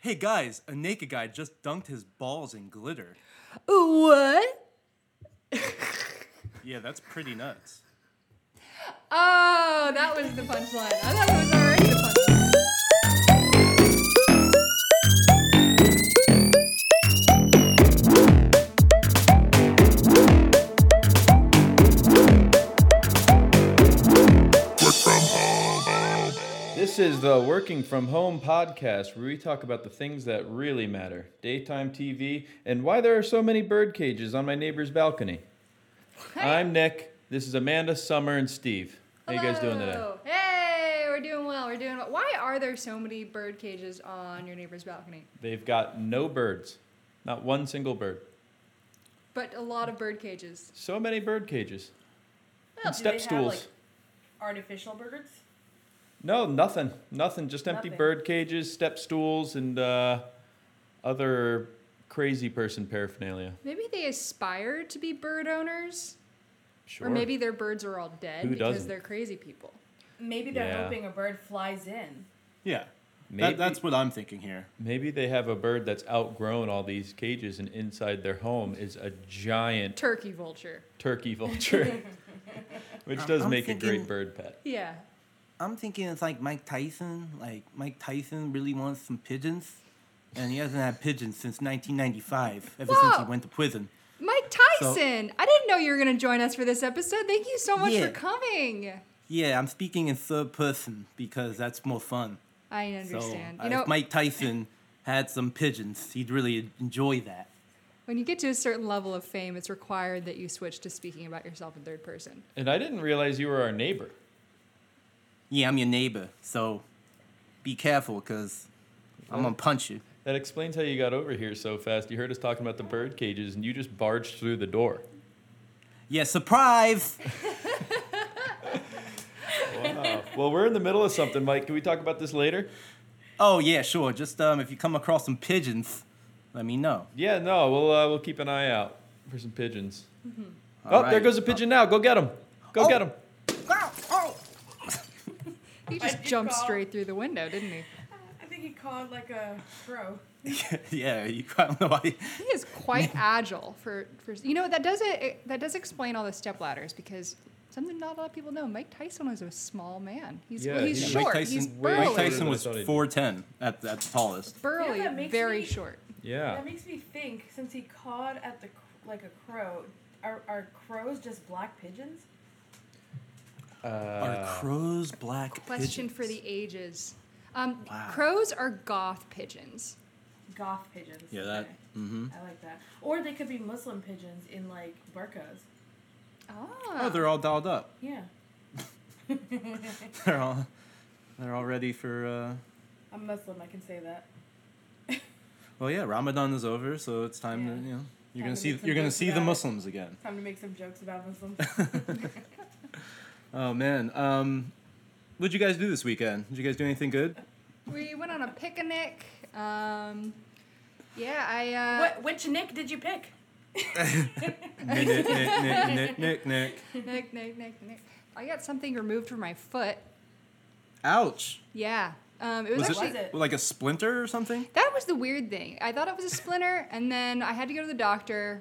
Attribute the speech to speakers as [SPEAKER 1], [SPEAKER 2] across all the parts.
[SPEAKER 1] Hey guys, a naked guy just dunked his balls in glitter.
[SPEAKER 2] What?
[SPEAKER 1] Yeah, that's pretty nuts.
[SPEAKER 2] Oh, that was the punchline. I thought it was already the punchline.
[SPEAKER 3] This is the Working From Home podcast where we talk about the things that really matter daytime TV and why there are so many bird cages on my neighbor's balcony. I'm Nick. This is Amanda, Summer, and Steve. How you guys doing today?
[SPEAKER 2] Hello. Hey, we're doing well. We're doing well. Why are there so many bird cages on your neighbor's balcony?
[SPEAKER 3] They've got no birds, not one single bird.
[SPEAKER 2] But a lot of bird cages.
[SPEAKER 3] So many bird cages.
[SPEAKER 4] Well,
[SPEAKER 3] And
[SPEAKER 4] do
[SPEAKER 3] step
[SPEAKER 4] they
[SPEAKER 3] stools.
[SPEAKER 4] Have, like, artificial birds?
[SPEAKER 3] No, nothing. Nothing. Just empty
[SPEAKER 4] Nothing.
[SPEAKER 3] bird cages, step stools, and uh, other crazy person paraphernalia.
[SPEAKER 2] Maybe they aspire to be bird owners,
[SPEAKER 3] Sure.
[SPEAKER 2] or maybe their birds are all dead
[SPEAKER 3] Who
[SPEAKER 2] because
[SPEAKER 3] doesn't?
[SPEAKER 2] they're crazy people.
[SPEAKER 4] Maybe they're
[SPEAKER 3] Yeah.
[SPEAKER 4] hoping a bird flies in.
[SPEAKER 1] Yeah.
[SPEAKER 3] Maybe-
[SPEAKER 1] That, that's what I'm thinking here.
[SPEAKER 3] Maybe they have a bird that's outgrown all these cages, and inside their home is a giant
[SPEAKER 2] Turkey vulture.
[SPEAKER 3] turkey vulture, which
[SPEAKER 1] I'm-
[SPEAKER 3] does
[SPEAKER 1] I'm
[SPEAKER 3] make a
[SPEAKER 1] thinking-
[SPEAKER 3] great bird pet.
[SPEAKER 2] Yeah.
[SPEAKER 1] I'm thinking it's like Mike Tyson. Like Mike Tyson really wants some pigeons, and he hasn't had pigeons since 1995. Ever since he
[SPEAKER 2] Whoa.
[SPEAKER 1] went to prison.
[SPEAKER 2] Mike
[SPEAKER 1] So-
[SPEAKER 2] Tyson! I didn't know you were going to join us for this episode. Thank you so much
[SPEAKER 1] Yeah.
[SPEAKER 2] for coming.
[SPEAKER 1] Yeah, I'm speaking in third person because that's more fun.
[SPEAKER 2] I understand.
[SPEAKER 1] So
[SPEAKER 2] you
[SPEAKER 1] uh,
[SPEAKER 2] know,
[SPEAKER 1] if Mike Tyson had some pigeons, he'd really enjoy that.
[SPEAKER 2] When you get to a certain level of fame, it's required that you switch to speaking about yourself in third person.
[SPEAKER 3] And I didn't realize you were our neighbor.
[SPEAKER 1] Yeah, I'm your neighbor, so be careful, cause I'm gonna punch you.
[SPEAKER 3] That explains how you got over here so fast. You heard us talking about the bird cages, and you just barged through the door.
[SPEAKER 1] Yeah, surprise!
[SPEAKER 3] Wow. Uh, well, we're in the middle of something, Mike. Can we talk about this later?
[SPEAKER 1] Oh yeah, sure. Just um, if you come across some pigeons, let me know.
[SPEAKER 3] Yeah, no, we'll uh, we'll keep an eye out for some pigeons. oh,
[SPEAKER 1] All right.
[SPEAKER 3] there goes a pigeon now. Go get him. Go
[SPEAKER 1] Oh.
[SPEAKER 3] get him.
[SPEAKER 1] Ow, ow.
[SPEAKER 2] He just
[SPEAKER 4] did
[SPEAKER 2] jumped
[SPEAKER 4] call.
[SPEAKER 2] straight through the window, didn't he?
[SPEAKER 4] I think he called like a crow.
[SPEAKER 1] yeah, you probably know why.
[SPEAKER 2] He is quite agile for, for you know that does it, it- that does explain all the step ladders because something not a lot of people know. Mike Tyson was a small man. He's
[SPEAKER 3] Yeah,
[SPEAKER 2] well, he's
[SPEAKER 3] yeah.
[SPEAKER 2] short.
[SPEAKER 1] Mike Tyson,
[SPEAKER 2] he's
[SPEAKER 3] way
[SPEAKER 2] burly.
[SPEAKER 1] Mike
[SPEAKER 3] shorter than
[SPEAKER 1] Tyson
[SPEAKER 3] I
[SPEAKER 1] was
[SPEAKER 3] thought he'd be.
[SPEAKER 1] 4'10 at, the- at the tallest.
[SPEAKER 2] burly,
[SPEAKER 4] You know, that makes
[SPEAKER 2] very
[SPEAKER 4] me-
[SPEAKER 2] short.
[SPEAKER 3] Yeah.
[SPEAKER 4] That makes me think since he cawed at the cr- like a crow, are, are crows just black pigeons?
[SPEAKER 3] Uh,
[SPEAKER 1] Are crows black
[SPEAKER 2] Question
[SPEAKER 1] pigeons?
[SPEAKER 2] for the ages. Um,
[SPEAKER 1] Wow.
[SPEAKER 2] Crows are goth pigeons.
[SPEAKER 4] Goth pigeons.
[SPEAKER 1] Yeah, that-
[SPEAKER 4] Okay. I like that. Or they could be Muslim pigeons in like burkas. Ah.
[SPEAKER 1] Oh, they're all dolled up.
[SPEAKER 4] Yeah.
[SPEAKER 1] They're all, they're all ready for. Uh,
[SPEAKER 4] I'm Muslim. I can say that.
[SPEAKER 1] well, yeah, Ramadan is over, so it's time to
[SPEAKER 4] Yeah.
[SPEAKER 1] you know you're
[SPEAKER 4] Time
[SPEAKER 1] gonna
[SPEAKER 4] to
[SPEAKER 1] see
[SPEAKER 4] make some
[SPEAKER 1] you're gonna
[SPEAKER 4] jokes
[SPEAKER 1] see the
[SPEAKER 4] about it.
[SPEAKER 1] Muslims again.
[SPEAKER 4] Time to make some jokes about Muslims.
[SPEAKER 1] Oh man, um, what'd you guys do this weekend? Did you guys do anything good?
[SPEAKER 2] We went on a picnic. Um, yeah, I. Uh,
[SPEAKER 4] what which Nick did you pick?
[SPEAKER 1] Nick, Nick, Nick, Nick, Nick, Nick, Nick.
[SPEAKER 2] Nick, Nick, Nick, Nick. I got something removed from my foot.
[SPEAKER 1] Ouch.
[SPEAKER 2] Yeah. Um, it was,
[SPEAKER 1] Was
[SPEAKER 2] actually
[SPEAKER 4] Was it?
[SPEAKER 1] Like a splinter or something?
[SPEAKER 2] that was the weird thing. I thought it was a splinter, and then I had to go to the doctor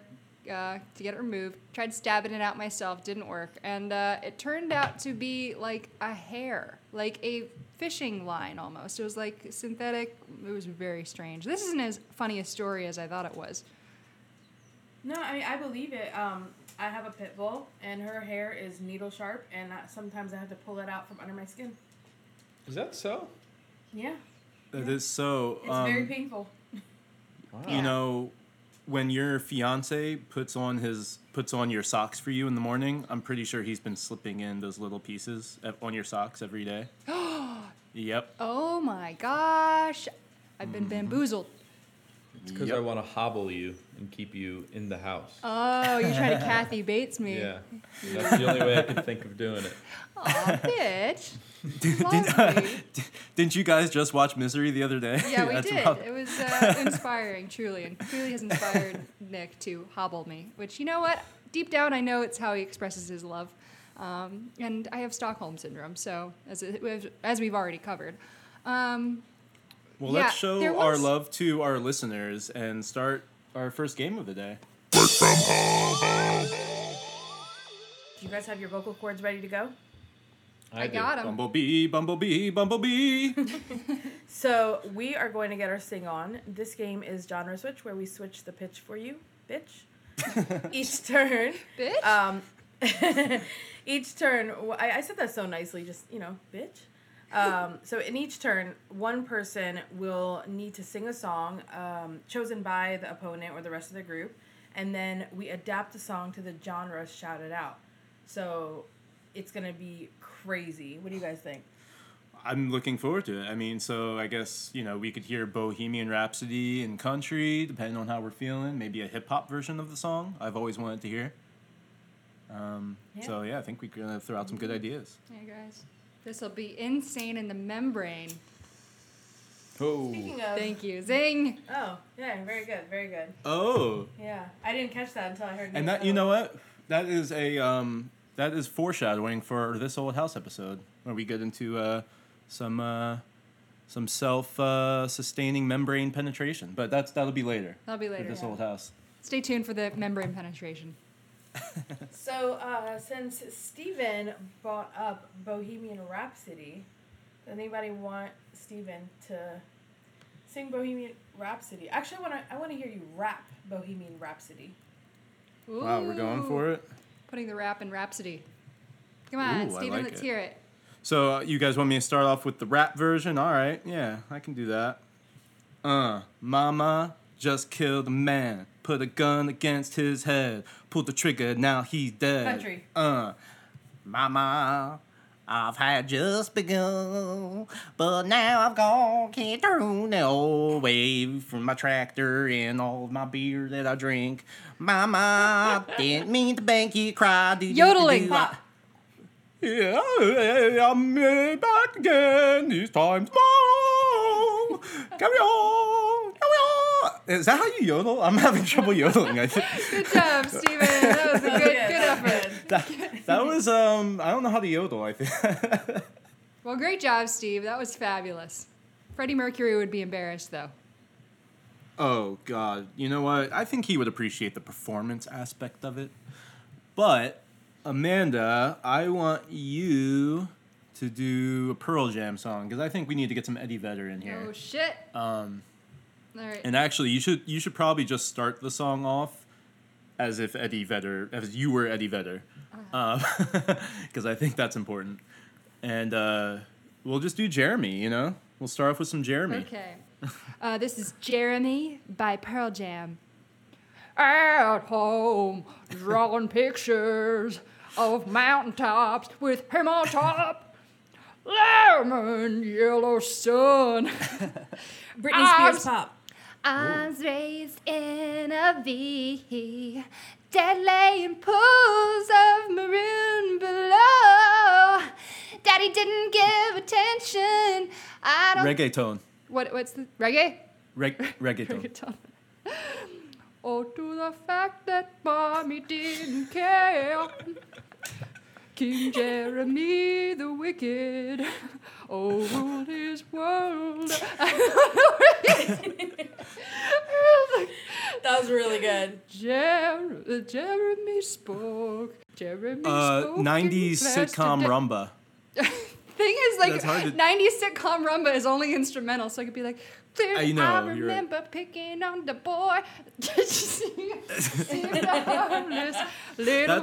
[SPEAKER 2] uh, to get it removed. Tried stabbing it out myself, didn't work, and uh, it turned out to be like a hair, like a fishing line almost. It was like synthetic. It was very strange. This isn't as funny a story as I thought it was.
[SPEAKER 4] No, I mean I believe it. Um, I have a pit bull, and her hair is needle sharp, and I, sometimes I have to pull it out from under my skin.
[SPEAKER 3] is that so?
[SPEAKER 4] Yeah,
[SPEAKER 1] That is so.
[SPEAKER 4] it's
[SPEAKER 1] Um,
[SPEAKER 4] very painful.
[SPEAKER 3] Wow.
[SPEAKER 1] You know, when your fiance puts on his puts on your socks for you in the morning, I'm pretty sure he's been slipping in those little pieces ev- on your socks every day. yep.
[SPEAKER 2] Oh my gosh, I've been bamboozled.
[SPEAKER 3] It's because I
[SPEAKER 1] Yep.
[SPEAKER 3] want to hobble you and keep you in the house.
[SPEAKER 2] Oh, you trying to Kathy Bates me?
[SPEAKER 3] yeah. That's the only way I can think of doing it.
[SPEAKER 2] Aw, bitch. Lovely.
[SPEAKER 1] Didn't you guys just watch Misery the other day?
[SPEAKER 2] Yeah, we
[SPEAKER 1] That's
[SPEAKER 2] did.
[SPEAKER 1] about-
[SPEAKER 2] It was uh, inspiring, truly, and truly has inspired Nick to hobble me. Which you know what? Deep down, I know it's how he expresses his love, um, and I have Stockholm syndrome. So as it, as we've already covered, um,
[SPEAKER 1] Well,
[SPEAKER 2] Yeah,
[SPEAKER 1] let's show
[SPEAKER 2] there
[SPEAKER 1] our
[SPEAKER 2] was-
[SPEAKER 1] love to our listeners and start our first game of the day.
[SPEAKER 4] Do you guys have your vocal cords ready to go?
[SPEAKER 2] I,
[SPEAKER 3] do.
[SPEAKER 2] got him.
[SPEAKER 1] Bumblebee, bumblebee, bumblebee.
[SPEAKER 4] So we are going to get our sing on. This game is genre switch, where we switch the pitch for you, bitch. Each turn.
[SPEAKER 2] Bitch.
[SPEAKER 1] Uh,
[SPEAKER 4] Um, each turn, wh- I, I said that so nicely, just, you know, bitch. Um, so in each turn, one person will need to sing a song um, chosen by the opponent or the rest of the group, and then we adapt the song to the genre shouted out. So it's going to be crazy. What do you guys think?
[SPEAKER 1] I'm looking forward to it. I mean, so I guess, you know, we could hear Bohemian Rhapsody and country, depending on how we're feeling. Maybe a hip hop version of the song I've always wanted to hear. Um,
[SPEAKER 4] Yeah.
[SPEAKER 1] So, yeah, I think we're going to throw out some good ideas.
[SPEAKER 2] Hey guys, this will be insane in the membrane.
[SPEAKER 3] Oh.
[SPEAKER 4] Speaking
[SPEAKER 1] Uh,
[SPEAKER 4] of.
[SPEAKER 2] Thank you, zing.
[SPEAKER 4] Oh, yeah, very good, very good.
[SPEAKER 1] Oh,
[SPEAKER 4] Yeah, I didn't catch that until I heard.
[SPEAKER 1] and that, you know what? That is a, um, that is foreshadowing for this old house episode where we get into uh, some, uh, some self uh, sustaining membrane penetration. But that's, that'll be later.
[SPEAKER 2] That'll be
[SPEAKER 1] for
[SPEAKER 2] later.
[SPEAKER 1] this old house.
[SPEAKER 2] Stay tuned for the membrane penetration.
[SPEAKER 4] So uh, since Steven brought up Bohemian Rhapsody, does anybody want Steven to sing Bohemian Rhapsody? Actually, I want to. I want to hear you rap Bohemian Rhapsody.
[SPEAKER 1] Wow, we're going for it.
[SPEAKER 2] Putting the rap in Rhapsody. Come on,
[SPEAKER 1] Ooh, I
[SPEAKER 2] Steven,
[SPEAKER 1] like
[SPEAKER 2] let's
[SPEAKER 1] it.
[SPEAKER 2] hear it.
[SPEAKER 1] So uh, you guys want me to start off with the rap version? All right, yeah, I can do that. Uh, mama just killed a man, put a gun against his head, pulled the trigger, now he's dead.
[SPEAKER 4] Country.
[SPEAKER 1] Uh, mama, I've had just begun, but now I've gone, can't turn the old wave from my tractor and all of my beer that I drink. Mama, didn't mean to make you cry. Do, do, do,
[SPEAKER 2] Yodeling.
[SPEAKER 1] do. Yeah, I'm uh, back again. These times more. Carry on, carry on. Is that how you yodel? I'm having trouble yodeling. I think
[SPEAKER 2] Good job, Steven. That was a good, good effort.
[SPEAKER 1] that, that was um. I don't know how to yodel. I think.
[SPEAKER 2] Well, great job, Steve. That was fabulous. Freddie Mercury would be embarrassed, though.
[SPEAKER 1] oh God, you know what? I think he would appreciate the performance aspect of it. But Amanda, I want you to do a Pearl Jam song because I think we need to get some Eddie Vedder in here.
[SPEAKER 2] Oh shit. Um. All right.
[SPEAKER 1] And actually, you should you should probably just start the song off as if Eddie Vedder, as you were Eddie Vedder,
[SPEAKER 2] Uh-huh.
[SPEAKER 1] because I think that's important. And uh, we'll just do Jeremy. You know, we'll start off with some Jeremy.
[SPEAKER 2] Okay. Uh, this is Jeremy by Pearl Jam. At home, drawing pictures of mountaintops with him on top. Lemon yellow sun.
[SPEAKER 4] Britney
[SPEAKER 2] Arms-
[SPEAKER 4] Spears pop.
[SPEAKER 2] I was raised in a V, dead laying pools of maroon below. Daddy didn't give attention. I don't.
[SPEAKER 1] Reggaeton,
[SPEAKER 2] what? What's the reggae?
[SPEAKER 1] Reg- reggaeton.
[SPEAKER 2] Reggaeton. Oh, to the fact that mommy didn't care. King Jeremy the Wicked overruled his world.
[SPEAKER 4] That was really good.
[SPEAKER 2] Jer- uh, Jeremy spoke. Jeremy
[SPEAKER 1] Uh,
[SPEAKER 2] spoke. in
[SPEAKER 1] '90s
[SPEAKER 2] class
[SPEAKER 1] sitcom
[SPEAKER 2] today.
[SPEAKER 1] rumba.
[SPEAKER 2] Thing is, like,
[SPEAKER 1] That's hard to-
[SPEAKER 2] 90s sitcom rumba is only instrumental, so I could be like, Clearly, I,
[SPEAKER 1] know, you're right.
[SPEAKER 2] remember picking on the boy. That's
[SPEAKER 1] That's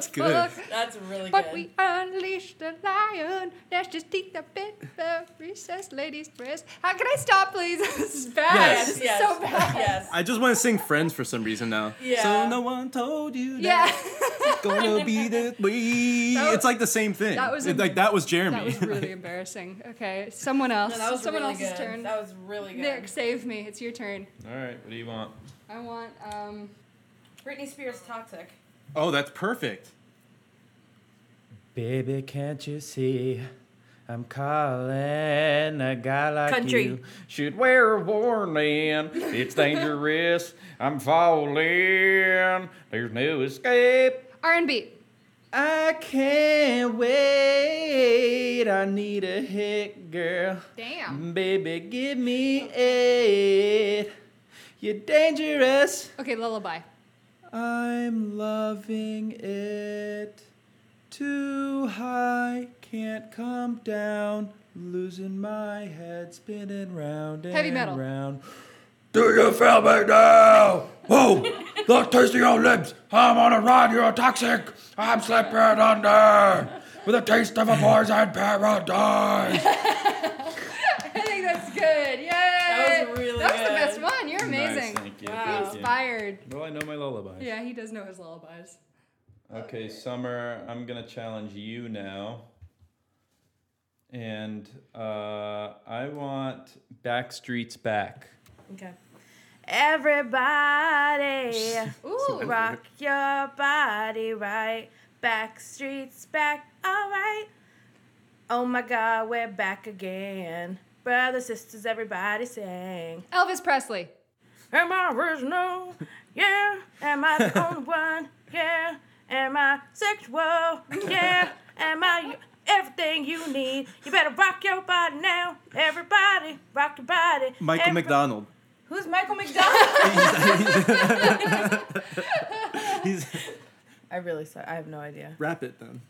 [SPEAKER 1] good.
[SPEAKER 4] That's really
[SPEAKER 2] But we unleashed the lion. Let's just take the bit the recess ladies' breast. How can I stop, please? this is bad.
[SPEAKER 1] Yes.
[SPEAKER 2] This is so bad.
[SPEAKER 4] Yes.
[SPEAKER 1] I just want to sing Friends for some reason now.
[SPEAKER 4] Yeah.
[SPEAKER 1] So no one told you
[SPEAKER 2] Yeah.
[SPEAKER 1] that it's gonna be this way.
[SPEAKER 2] That was-
[SPEAKER 1] it's like the same thing.
[SPEAKER 2] that was
[SPEAKER 1] It-
[SPEAKER 2] a-
[SPEAKER 1] like that was Jeremy.
[SPEAKER 2] That was really embarrassing. Okay, someone else.
[SPEAKER 4] No, that was
[SPEAKER 2] someone
[SPEAKER 4] really
[SPEAKER 2] else's
[SPEAKER 4] good.
[SPEAKER 2] turn.
[SPEAKER 4] That was really good.
[SPEAKER 2] Nick, save me. It's your turn.
[SPEAKER 3] All right, what do you want?
[SPEAKER 2] I want. Um,
[SPEAKER 4] Britney Spears toxic.
[SPEAKER 1] oh, that's perfect.
[SPEAKER 5] Baby, can't you see? I'm calling a guy like
[SPEAKER 4] Country.
[SPEAKER 5] you.
[SPEAKER 3] Should wear a warning. It's dangerous. I'm falling. There's no escape.
[SPEAKER 2] R and B.
[SPEAKER 3] I can't wait. I need a hit, girl.
[SPEAKER 2] Damn.
[SPEAKER 3] Baby, give me it. You're dangerous.
[SPEAKER 2] Okay, lullaby.
[SPEAKER 3] I'm loving it. Too high, can't come down. Losing my head, spinning round and
[SPEAKER 2] Heavy metal.
[SPEAKER 3] round.
[SPEAKER 6] Do you feel me now? Whoa! Look, tasting your lips. I'm on a ride. You're toxic. I'm slipping under with a taste of a poison paradise.
[SPEAKER 2] I think that's good. Yay! That
[SPEAKER 4] was really
[SPEAKER 2] That was the
[SPEAKER 4] good.
[SPEAKER 2] best one. You're amazing.
[SPEAKER 7] Nice, thank you.
[SPEAKER 4] Wow.
[SPEAKER 7] Thank you.
[SPEAKER 2] Inspired.
[SPEAKER 7] Well, I know my lullaby.
[SPEAKER 2] Yeah, he does know his lullabies.
[SPEAKER 7] Okay, Summer, I'm going to challenge you now. And uh, I want Backstreet's Back.
[SPEAKER 4] Okay. Everybody,
[SPEAKER 2] Ooh.
[SPEAKER 4] rock your body right. Back streets back, all right. Oh my God, we're back again. Brothers, sisters, everybody sing.
[SPEAKER 2] Elvis Presley.
[SPEAKER 4] Am I original? Yeah. Am I the only one? Yeah. Am I sexual? Yeah. Am I y- everything you need? You better rock your body now. Everybody, rock your body.
[SPEAKER 1] Michael
[SPEAKER 4] Every-
[SPEAKER 1] McDonald.
[SPEAKER 4] Who's Michael McDonald?
[SPEAKER 1] He's
[SPEAKER 4] I really, so- I have no idea.
[SPEAKER 1] rap it then.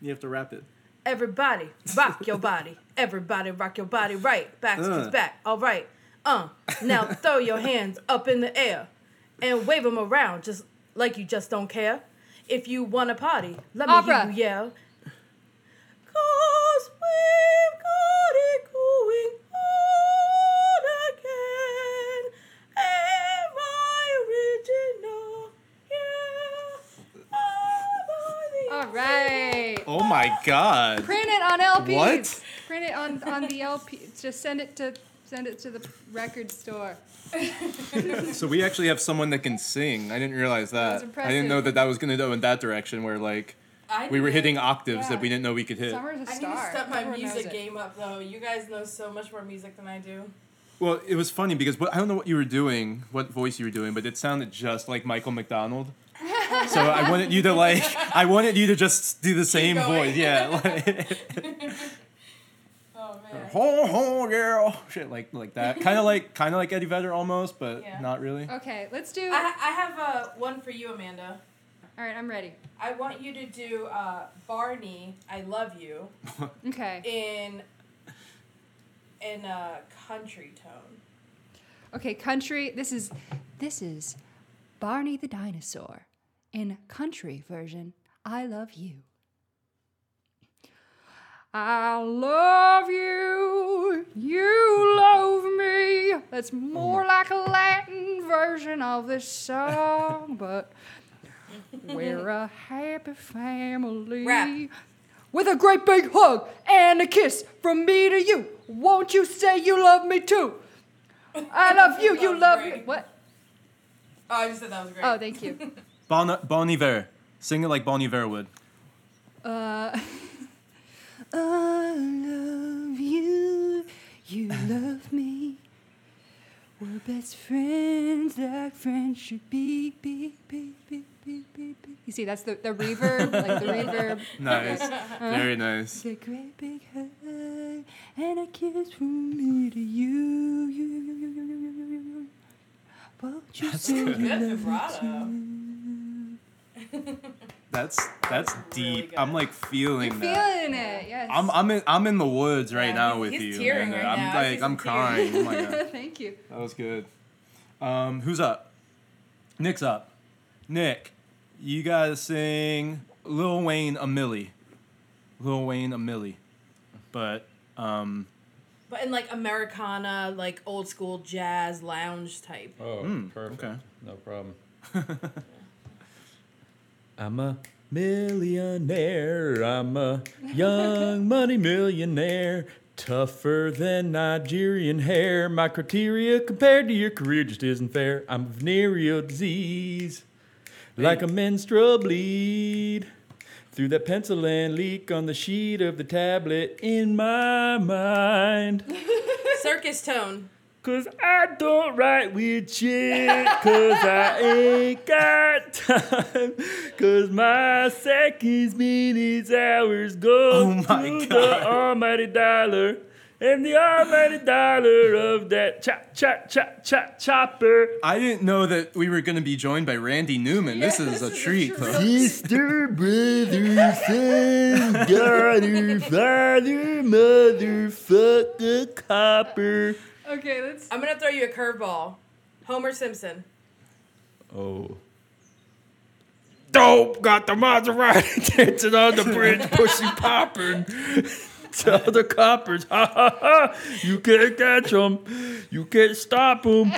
[SPEAKER 1] You have to rap it.
[SPEAKER 4] Everybody, rock your body. Everybody, rock your body right. Back to
[SPEAKER 1] Uh.
[SPEAKER 4] back. All right. Uh. Now throw your hands up in the air and wave them around just like you just don't care. If you want to party, let me
[SPEAKER 2] Opera.
[SPEAKER 4] hear you yell. Cause we've got it going on again. Am I original? Yeah. Am I the
[SPEAKER 2] All right.
[SPEAKER 1] Oh my god.
[SPEAKER 2] Print it on LP.
[SPEAKER 1] What?
[SPEAKER 2] Print it on, on the LP. Just send it to send it to the record store.
[SPEAKER 1] So we actually have someone that can sing. I didn't realize that.
[SPEAKER 2] That's
[SPEAKER 1] I didn't know that that was going to go in that direction where like
[SPEAKER 8] I
[SPEAKER 1] we were
[SPEAKER 8] need to-
[SPEAKER 1] hitting octaves
[SPEAKER 2] Yeah.
[SPEAKER 1] that we didn't know we could hit.
[SPEAKER 2] Summer's a
[SPEAKER 8] I need
[SPEAKER 2] star.
[SPEAKER 8] to step my
[SPEAKER 2] Everyone knows
[SPEAKER 8] music
[SPEAKER 2] it.
[SPEAKER 8] game up, though. You guys know so much more music than I do.
[SPEAKER 1] Well, it was funny because what, I don't know what you were doing, what voice you were doing, but it sounded just like Michael McDonald. so I wanted you to like I wanted you to just do the same
[SPEAKER 8] going.
[SPEAKER 1] voice. Yeah. Like,
[SPEAKER 8] Oh man.
[SPEAKER 1] ho ho girl. Shit like like that. Kind of like kind of like Eddie Vedder almost, but
[SPEAKER 8] Yeah.
[SPEAKER 1] not really.
[SPEAKER 2] Okay, let's do.
[SPEAKER 8] I, I have uh, one for you, Amanda.
[SPEAKER 2] All right, I'm ready.
[SPEAKER 8] I want you to do uh, Barney, I love you,
[SPEAKER 2] Okay.
[SPEAKER 8] in in a country tone.
[SPEAKER 2] Okay, country. This is this is Barney the dinosaur in country version. I love you. I love you. You love me. That's more like a Latin version of this song, but we're a happy family.
[SPEAKER 8] Rap.
[SPEAKER 2] With a great big hug and a kiss from me to you. Won't you say you love me too? I love you. You
[SPEAKER 8] Sounds
[SPEAKER 2] love
[SPEAKER 8] great.
[SPEAKER 2] me. What?
[SPEAKER 8] Oh, I just said that was great.
[SPEAKER 2] Oh, thank you.
[SPEAKER 1] Bon, bon Iver. Sing it like Bon Iver would.
[SPEAKER 2] Uh, I love you. You love me. We're best friends like friends should be. be, be, be, be, be, be. You see, that's the, the reverb, like the reverb.
[SPEAKER 1] Nice. Very nice.
[SPEAKER 2] A great big hug and a kiss from me to you. you, you, you, you, you, you, you, you. Won't you say you
[SPEAKER 8] Good
[SPEAKER 2] love
[SPEAKER 8] vibrato.
[SPEAKER 1] That's that's deep.
[SPEAKER 8] good.
[SPEAKER 1] I'm like feeling
[SPEAKER 2] You're
[SPEAKER 1] that.
[SPEAKER 2] feeling it, yes.
[SPEAKER 1] I'm I'm in I'm in the woods right
[SPEAKER 8] Yeah,
[SPEAKER 1] now
[SPEAKER 8] he's-
[SPEAKER 1] with
[SPEAKER 8] he's
[SPEAKER 1] you.
[SPEAKER 8] tearing
[SPEAKER 1] Amanda.
[SPEAKER 8] right
[SPEAKER 1] I'm
[SPEAKER 8] now. I
[SPEAKER 1] like
[SPEAKER 8] see
[SPEAKER 1] I'm
[SPEAKER 8] some tears.
[SPEAKER 1] crying. Oh my god.
[SPEAKER 2] Thank you.
[SPEAKER 1] That was good. Um, who's up? Nick's up. Nick, you gotta sing Lil Wayne a Millie. Lil Wayne a Millie. But um
[SPEAKER 4] But in like Americana, like old school jazz lounge type.
[SPEAKER 7] Oh,
[SPEAKER 3] Hmm,
[SPEAKER 7] perfect.
[SPEAKER 1] okay.
[SPEAKER 7] No problem.
[SPEAKER 3] I'm a millionaire. I'm a young money millionaire. Tougher than Nigerian hair. My criteria compared to your career just isn't fair. I'm venereal disease, like a menstrual bleed. Through that pencil and leak on the sheet of the tablet in my mind.
[SPEAKER 4] Circus tone.
[SPEAKER 3] Cause I don't write weird shit. Cause I ain't got time. Cause my seconds, minutes, hours go
[SPEAKER 1] Oh my
[SPEAKER 3] to
[SPEAKER 1] God.
[SPEAKER 3] the almighty dollar. And the almighty dollar of that chop, chop, chop, chop, chopper.
[SPEAKER 1] I didn't know that we were going to be joined by Randy Newman. this
[SPEAKER 9] Yeah,
[SPEAKER 1] is
[SPEAKER 9] this
[SPEAKER 1] a
[SPEAKER 9] is a
[SPEAKER 1] treat.
[SPEAKER 9] treat.
[SPEAKER 1] folks.
[SPEAKER 3] Sister, brother, son, daughter, father, mother, fuck the copper.
[SPEAKER 2] Okay, that's
[SPEAKER 4] I'm gonna throw you a curveball. Homer Simpson.
[SPEAKER 3] Oh.
[SPEAKER 10] Dope got the Maserati dancing on the bridge, pussy popping.
[SPEAKER 3] Tell the coppers, ha ha ha, you can't catch them. You can't stop them.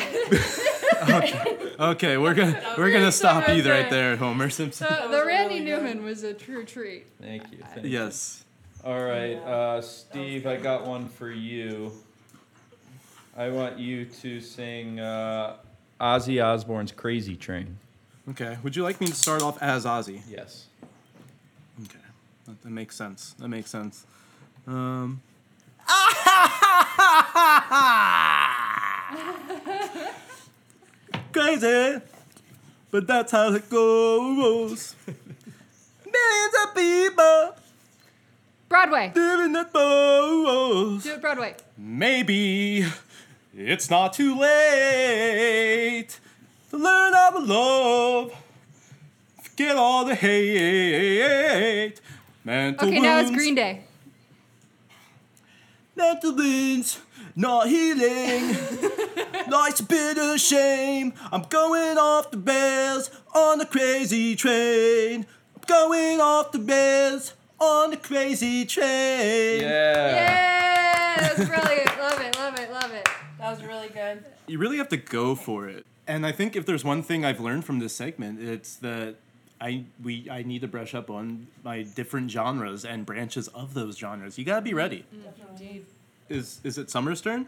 [SPEAKER 1] okay, we're gonna we're gonna stop you right there, Homer Simpson.
[SPEAKER 2] the, the Randy Newman was a true treat.
[SPEAKER 11] Thank you. Thank you.
[SPEAKER 1] Yes.
[SPEAKER 11] All right, uh, Steve, I got one for you. I want you to sing uh, Ozzy Osbourne's Crazy Train.
[SPEAKER 1] Okay. Would you like me to start off as Ozzy?
[SPEAKER 11] Yes.
[SPEAKER 1] Okay, that, that makes sense. That makes sense. Um. Crazy, but that's how it goes. Millions of people
[SPEAKER 2] Broadway.
[SPEAKER 1] living the throes.
[SPEAKER 2] Do it Broadway.
[SPEAKER 1] Maybe it's not too late to learn how to love. Forget all the hate. Mental
[SPEAKER 2] Okay, now it's
[SPEAKER 1] wounds-
[SPEAKER 2] Green Day.
[SPEAKER 1] Mental wounds, not healing. Life's a bitter shame. I'm going off the rails on the crazy train. I'm going off the rails on the crazy train.
[SPEAKER 11] Yeah.
[SPEAKER 2] Yeah, that's brilliant. love it, love it, love it.
[SPEAKER 4] That was really good.
[SPEAKER 1] you really have to go for it. And I think if there's one thing I've learned from this segment, it's that I we I need to brush up on my different genres and branches of those genres. You gotta be ready.
[SPEAKER 2] Indeed.
[SPEAKER 1] Is is it Summer's turn?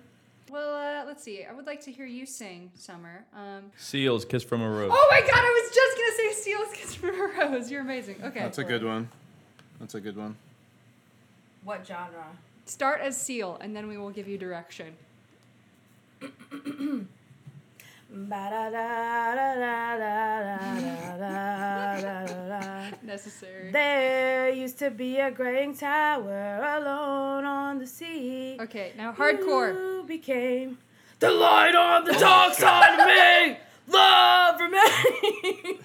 [SPEAKER 2] Well, uh, let's see. I would like to hear you sing, Summer. Um,
[SPEAKER 11] Seals, Kiss from a Rose.
[SPEAKER 2] oh my God, I was just gonna say Steals Kiss from a Rose. You're amazing. Okay.
[SPEAKER 1] one. That's a good one.
[SPEAKER 4] What genre?
[SPEAKER 2] Start as Seal, and then we will give you direction.
[SPEAKER 4] Ba-da-da-da-da-da-da-da-da-da-da-da.
[SPEAKER 2] Necessary.
[SPEAKER 4] There used to be a graying tower alone on the sea.
[SPEAKER 2] Okay, now hardcore.
[SPEAKER 4] You became the light on the dark side of me. Love remains.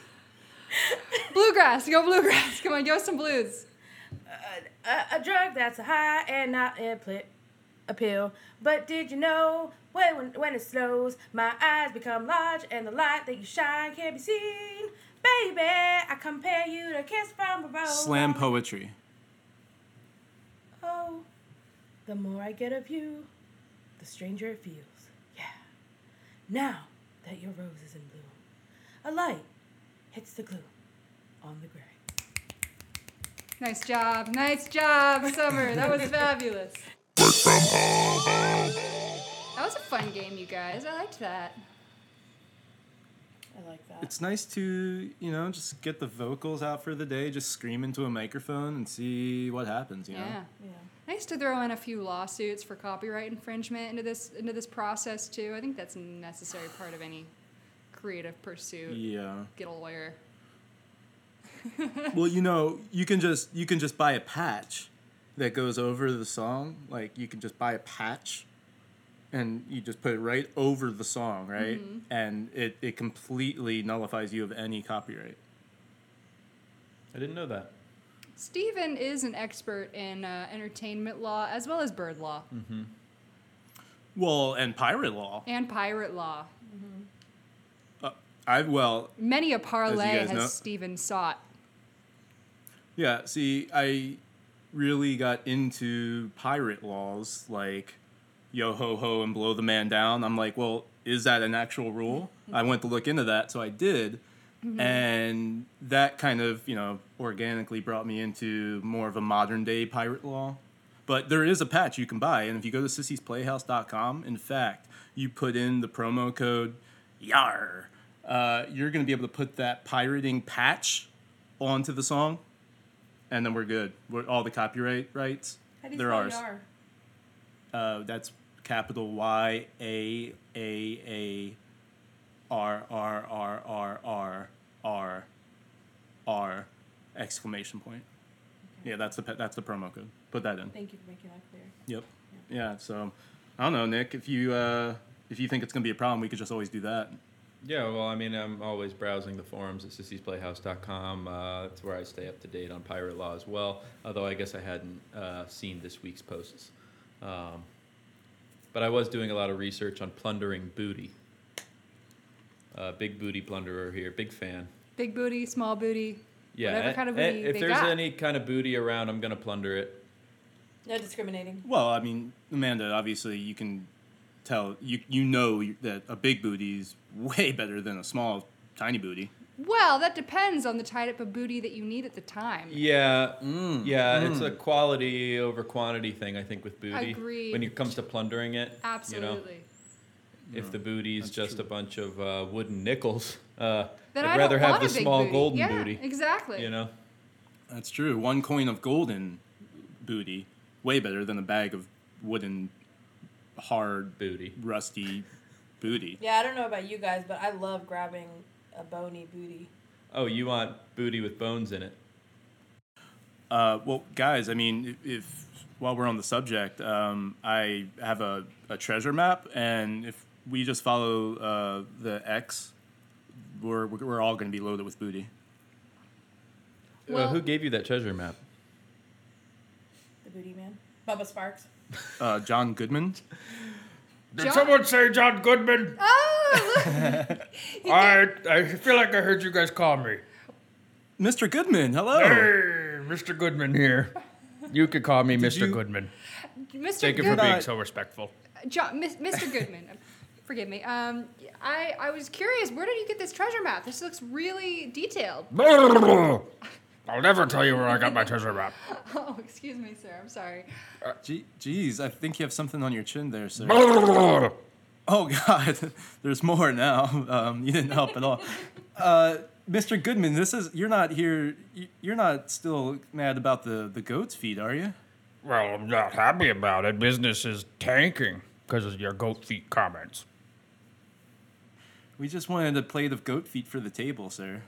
[SPEAKER 2] Bluegrass, go bluegrass. Come on, give us some blues.
[SPEAKER 4] a, a drug that's a high and not a, pl- a pill. But did you know when, when when it snows, my eyes become large and the light that you shine can't be seen. Baby, I compare you to kiss from a rose.
[SPEAKER 1] Slam poetry.
[SPEAKER 4] Oh, the more I get of you, the stranger it feels. Yeah. Now that your rose is in bloom, a light hits the glue on the gray.
[SPEAKER 2] Nice job, nice job, Summer. That was fabulous. That was a fun game, you guys. I liked that.
[SPEAKER 4] I like that.
[SPEAKER 1] It's nice to, you know, just get the vocals out for the day, just scream into a microphone and see what happens, you
[SPEAKER 2] Yeah.
[SPEAKER 1] know?
[SPEAKER 2] Nice to throw in a few lawsuits for copyright infringement into this into this process too. I think that's a necessary part of any creative pursuit.
[SPEAKER 1] Yeah.
[SPEAKER 2] Get a lawyer.
[SPEAKER 1] Well, you know, you can just you can just buy a patch that goes over the song. Like you can just buy a patch and you just put it right over the song, right? And it, it completely nullifies you of any copyright.
[SPEAKER 11] I didn't know that.
[SPEAKER 2] Steven is an expert in uh, entertainment law as well as bird law
[SPEAKER 1] Well, and pirate law.
[SPEAKER 2] and pirate law.
[SPEAKER 1] I well,
[SPEAKER 2] Many a parlay
[SPEAKER 1] guys
[SPEAKER 2] has
[SPEAKER 1] know-
[SPEAKER 2] Steven sought.
[SPEAKER 1] Yeah, see, I really got into pirate laws like yo ho ho and blow the man down. I'm like, well, is that an actual rule?
[SPEAKER 4] Mm-hmm.
[SPEAKER 1] I went to look into that, so I did. And that kind of, you know, organically brought me into more of a modern day pirate law. But there is a patch you can buy, and if you go to sissysplayhouse.com, in fact, you put in the promo code YAR, uh, you're going to be able to put that pirating patch onto the song, and then we're good. We're, all the copyright rights,
[SPEAKER 4] How do you
[SPEAKER 1] they're
[SPEAKER 4] spell
[SPEAKER 1] ours.
[SPEAKER 4] yar?
[SPEAKER 1] Uh, that's capital Y A A A R R R R R R R exclamation point. Yeah, that's the pe- that's the promo code. Put that in.
[SPEAKER 4] Thank you for making that clear.
[SPEAKER 1] Yep. Yeah. So, I don't know, Nick. If you uh, if you think it's gonna be a problem, we could just always do that.
[SPEAKER 12] Yeah, well, I mean, I'm always browsing the forums at sissiesplayhouse.com. Uh, that's where I stay up to date on pirate law as well. Although I guess I hadn't uh, seen this week's posts. Um, but I was doing a lot of research on plundering booty. Uh, big booty plunderer here, big fan.
[SPEAKER 2] Big booty, small booty.
[SPEAKER 12] Yeah,
[SPEAKER 2] Whatever
[SPEAKER 12] a-
[SPEAKER 2] kind of
[SPEAKER 12] a-
[SPEAKER 2] booty
[SPEAKER 12] if
[SPEAKER 2] they
[SPEAKER 12] there's
[SPEAKER 2] got.
[SPEAKER 12] any kind of booty around, I'm gonna plunder it.
[SPEAKER 4] No discriminating.
[SPEAKER 1] Well, I mean, Amanda, obviously you can tell you you know that a big booty is way better than a small tiny booty.
[SPEAKER 2] Well, that depends on the type of booty that you need at the time.
[SPEAKER 12] Yeah, yeah, it's a quality over quantity thing. I think with booty, when
[SPEAKER 2] Agreed.
[SPEAKER 12] it comes to plundering it,
[SPEAKER 2] Absolutely.
[SPEAKER 12] You know? if the
[SPEAKER 2] Mm,
[SPEAKER 12] booty's just a bunch of uh, wooden nickels. Uh,
[SPEAKER 2] Then
[SPEAKER 12] I'd
[SPEAKER 2] I
[SPEAKER 12] rather
[SPEAKER 2] don't
[SPEAKER 12] have
[SPEAKER 2] want
[SPEAKER 12] the
[SPEAKER 2] a big
[SPEAKER 12] small
[SPEAKER 2] booty.
[SPEAKER 12] golden
[SPEAKER 2] yeah,
[SPEAKER 12] booty.
[SPEAKER 2] Exactly.
[SPEAKER 12] You know,
[SPEAKER 1] That's true. One coin of golden booty, way better than a bag of wooden, hard,
[SPEAKER 12] booty.
[SPEAKER 1] rusty booty.
[SPEAKER 4] Yeah, I don't know about you guys, but I love grabbing a bony booty.
[SPEAKER 12] Oh, you want booty with bones in it?
[SPEAKER 1] Uh, well, guys, I mean, if, if while we're on the subject, um, I have a, a treasure map, and if we just follow uh, the X, we're we're all going to be loaded with booty.
[SPEAKER 12] uh,
[SPEAKER 2] Well-
[SPEAKER 12] who gave you that treasure map?
[SPEAKER 4] The booty man. Bubba Sparks.
[SPEAKER 1] Uh, John Goodman.
[SPEAKER 3] Did
[SPEAKER 2] John-
[SPEAKER 3] someone say John Goodman?
[SPEAKER 2] Oh, look.
[SPEAKER 3] I, I feel like I heard you guys call me.
[SPEAKER 1] Mr. Goodman, hello.
[SPEAKER 3] Oh. Hey, Mr. Goodman here. You could call me
[SPEAKER 1] you-
[SPEAKER 3] Mr. Goodman.
[SPEAKER 2] Mr.
[SPEAKER 3] Thank you for
[SPEAKER 2] Goodman.
[SPEAKER 3] being so respectful.
[SPEAKER 2] uh, John, Mis- Mr. Goodman, um, forgive me. Um, I, I was curious, where did you get this treasure map? This looks really detailed.
[SPEAKER 3] I'll never tell you where I got my treasure map.
[SPEAKER 2] Oh, excuse me, sir. I'm sorry.
[SPEAKER 1] Gee, geez, I think you have something on your chin there, sir.
[SPEAKER 3] Wait,
[SPEAKER 1] Oh God, there's more now. Um, you didn't help at all, uh, Mr. Goodman. This is you're not here. you- You're not still mad about the the goat's feet, are you?
[SPEAKER 3] Well, I'm not happy about it. Business is tanking because of your goat feet comments.
[SPEAKER 1] We just wanted a plate of goat feet for the table, sir.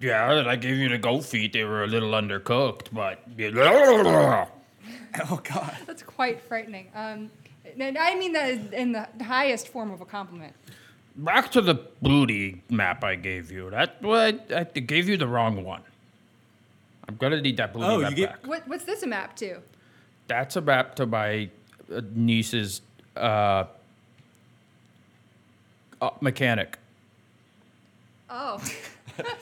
[SPEAKER 3] Yeah, that I gave you the goat feet. They were a little undercooked, but.
[SPEAKER 1] Oh God.
[SPEAKER 2] That's quite frightening. Um, and I mean that in the highest form of a compliment.
[SPEAKER 3] Back to the booty map I gave you. That what I gave you the wrong one. I'm gonna need that booty
[SPEAKER 1] Oh,
[SPEAKER 3] map
[SPEAKER 1] you get-
[SPEAKER 3] back.
[SPEAKER 2] What, what's this a map to?
[SPEAKER 3] That's a map to my uh, niece's uh, uh, mechanic.
[SPEAKER 2] Oh,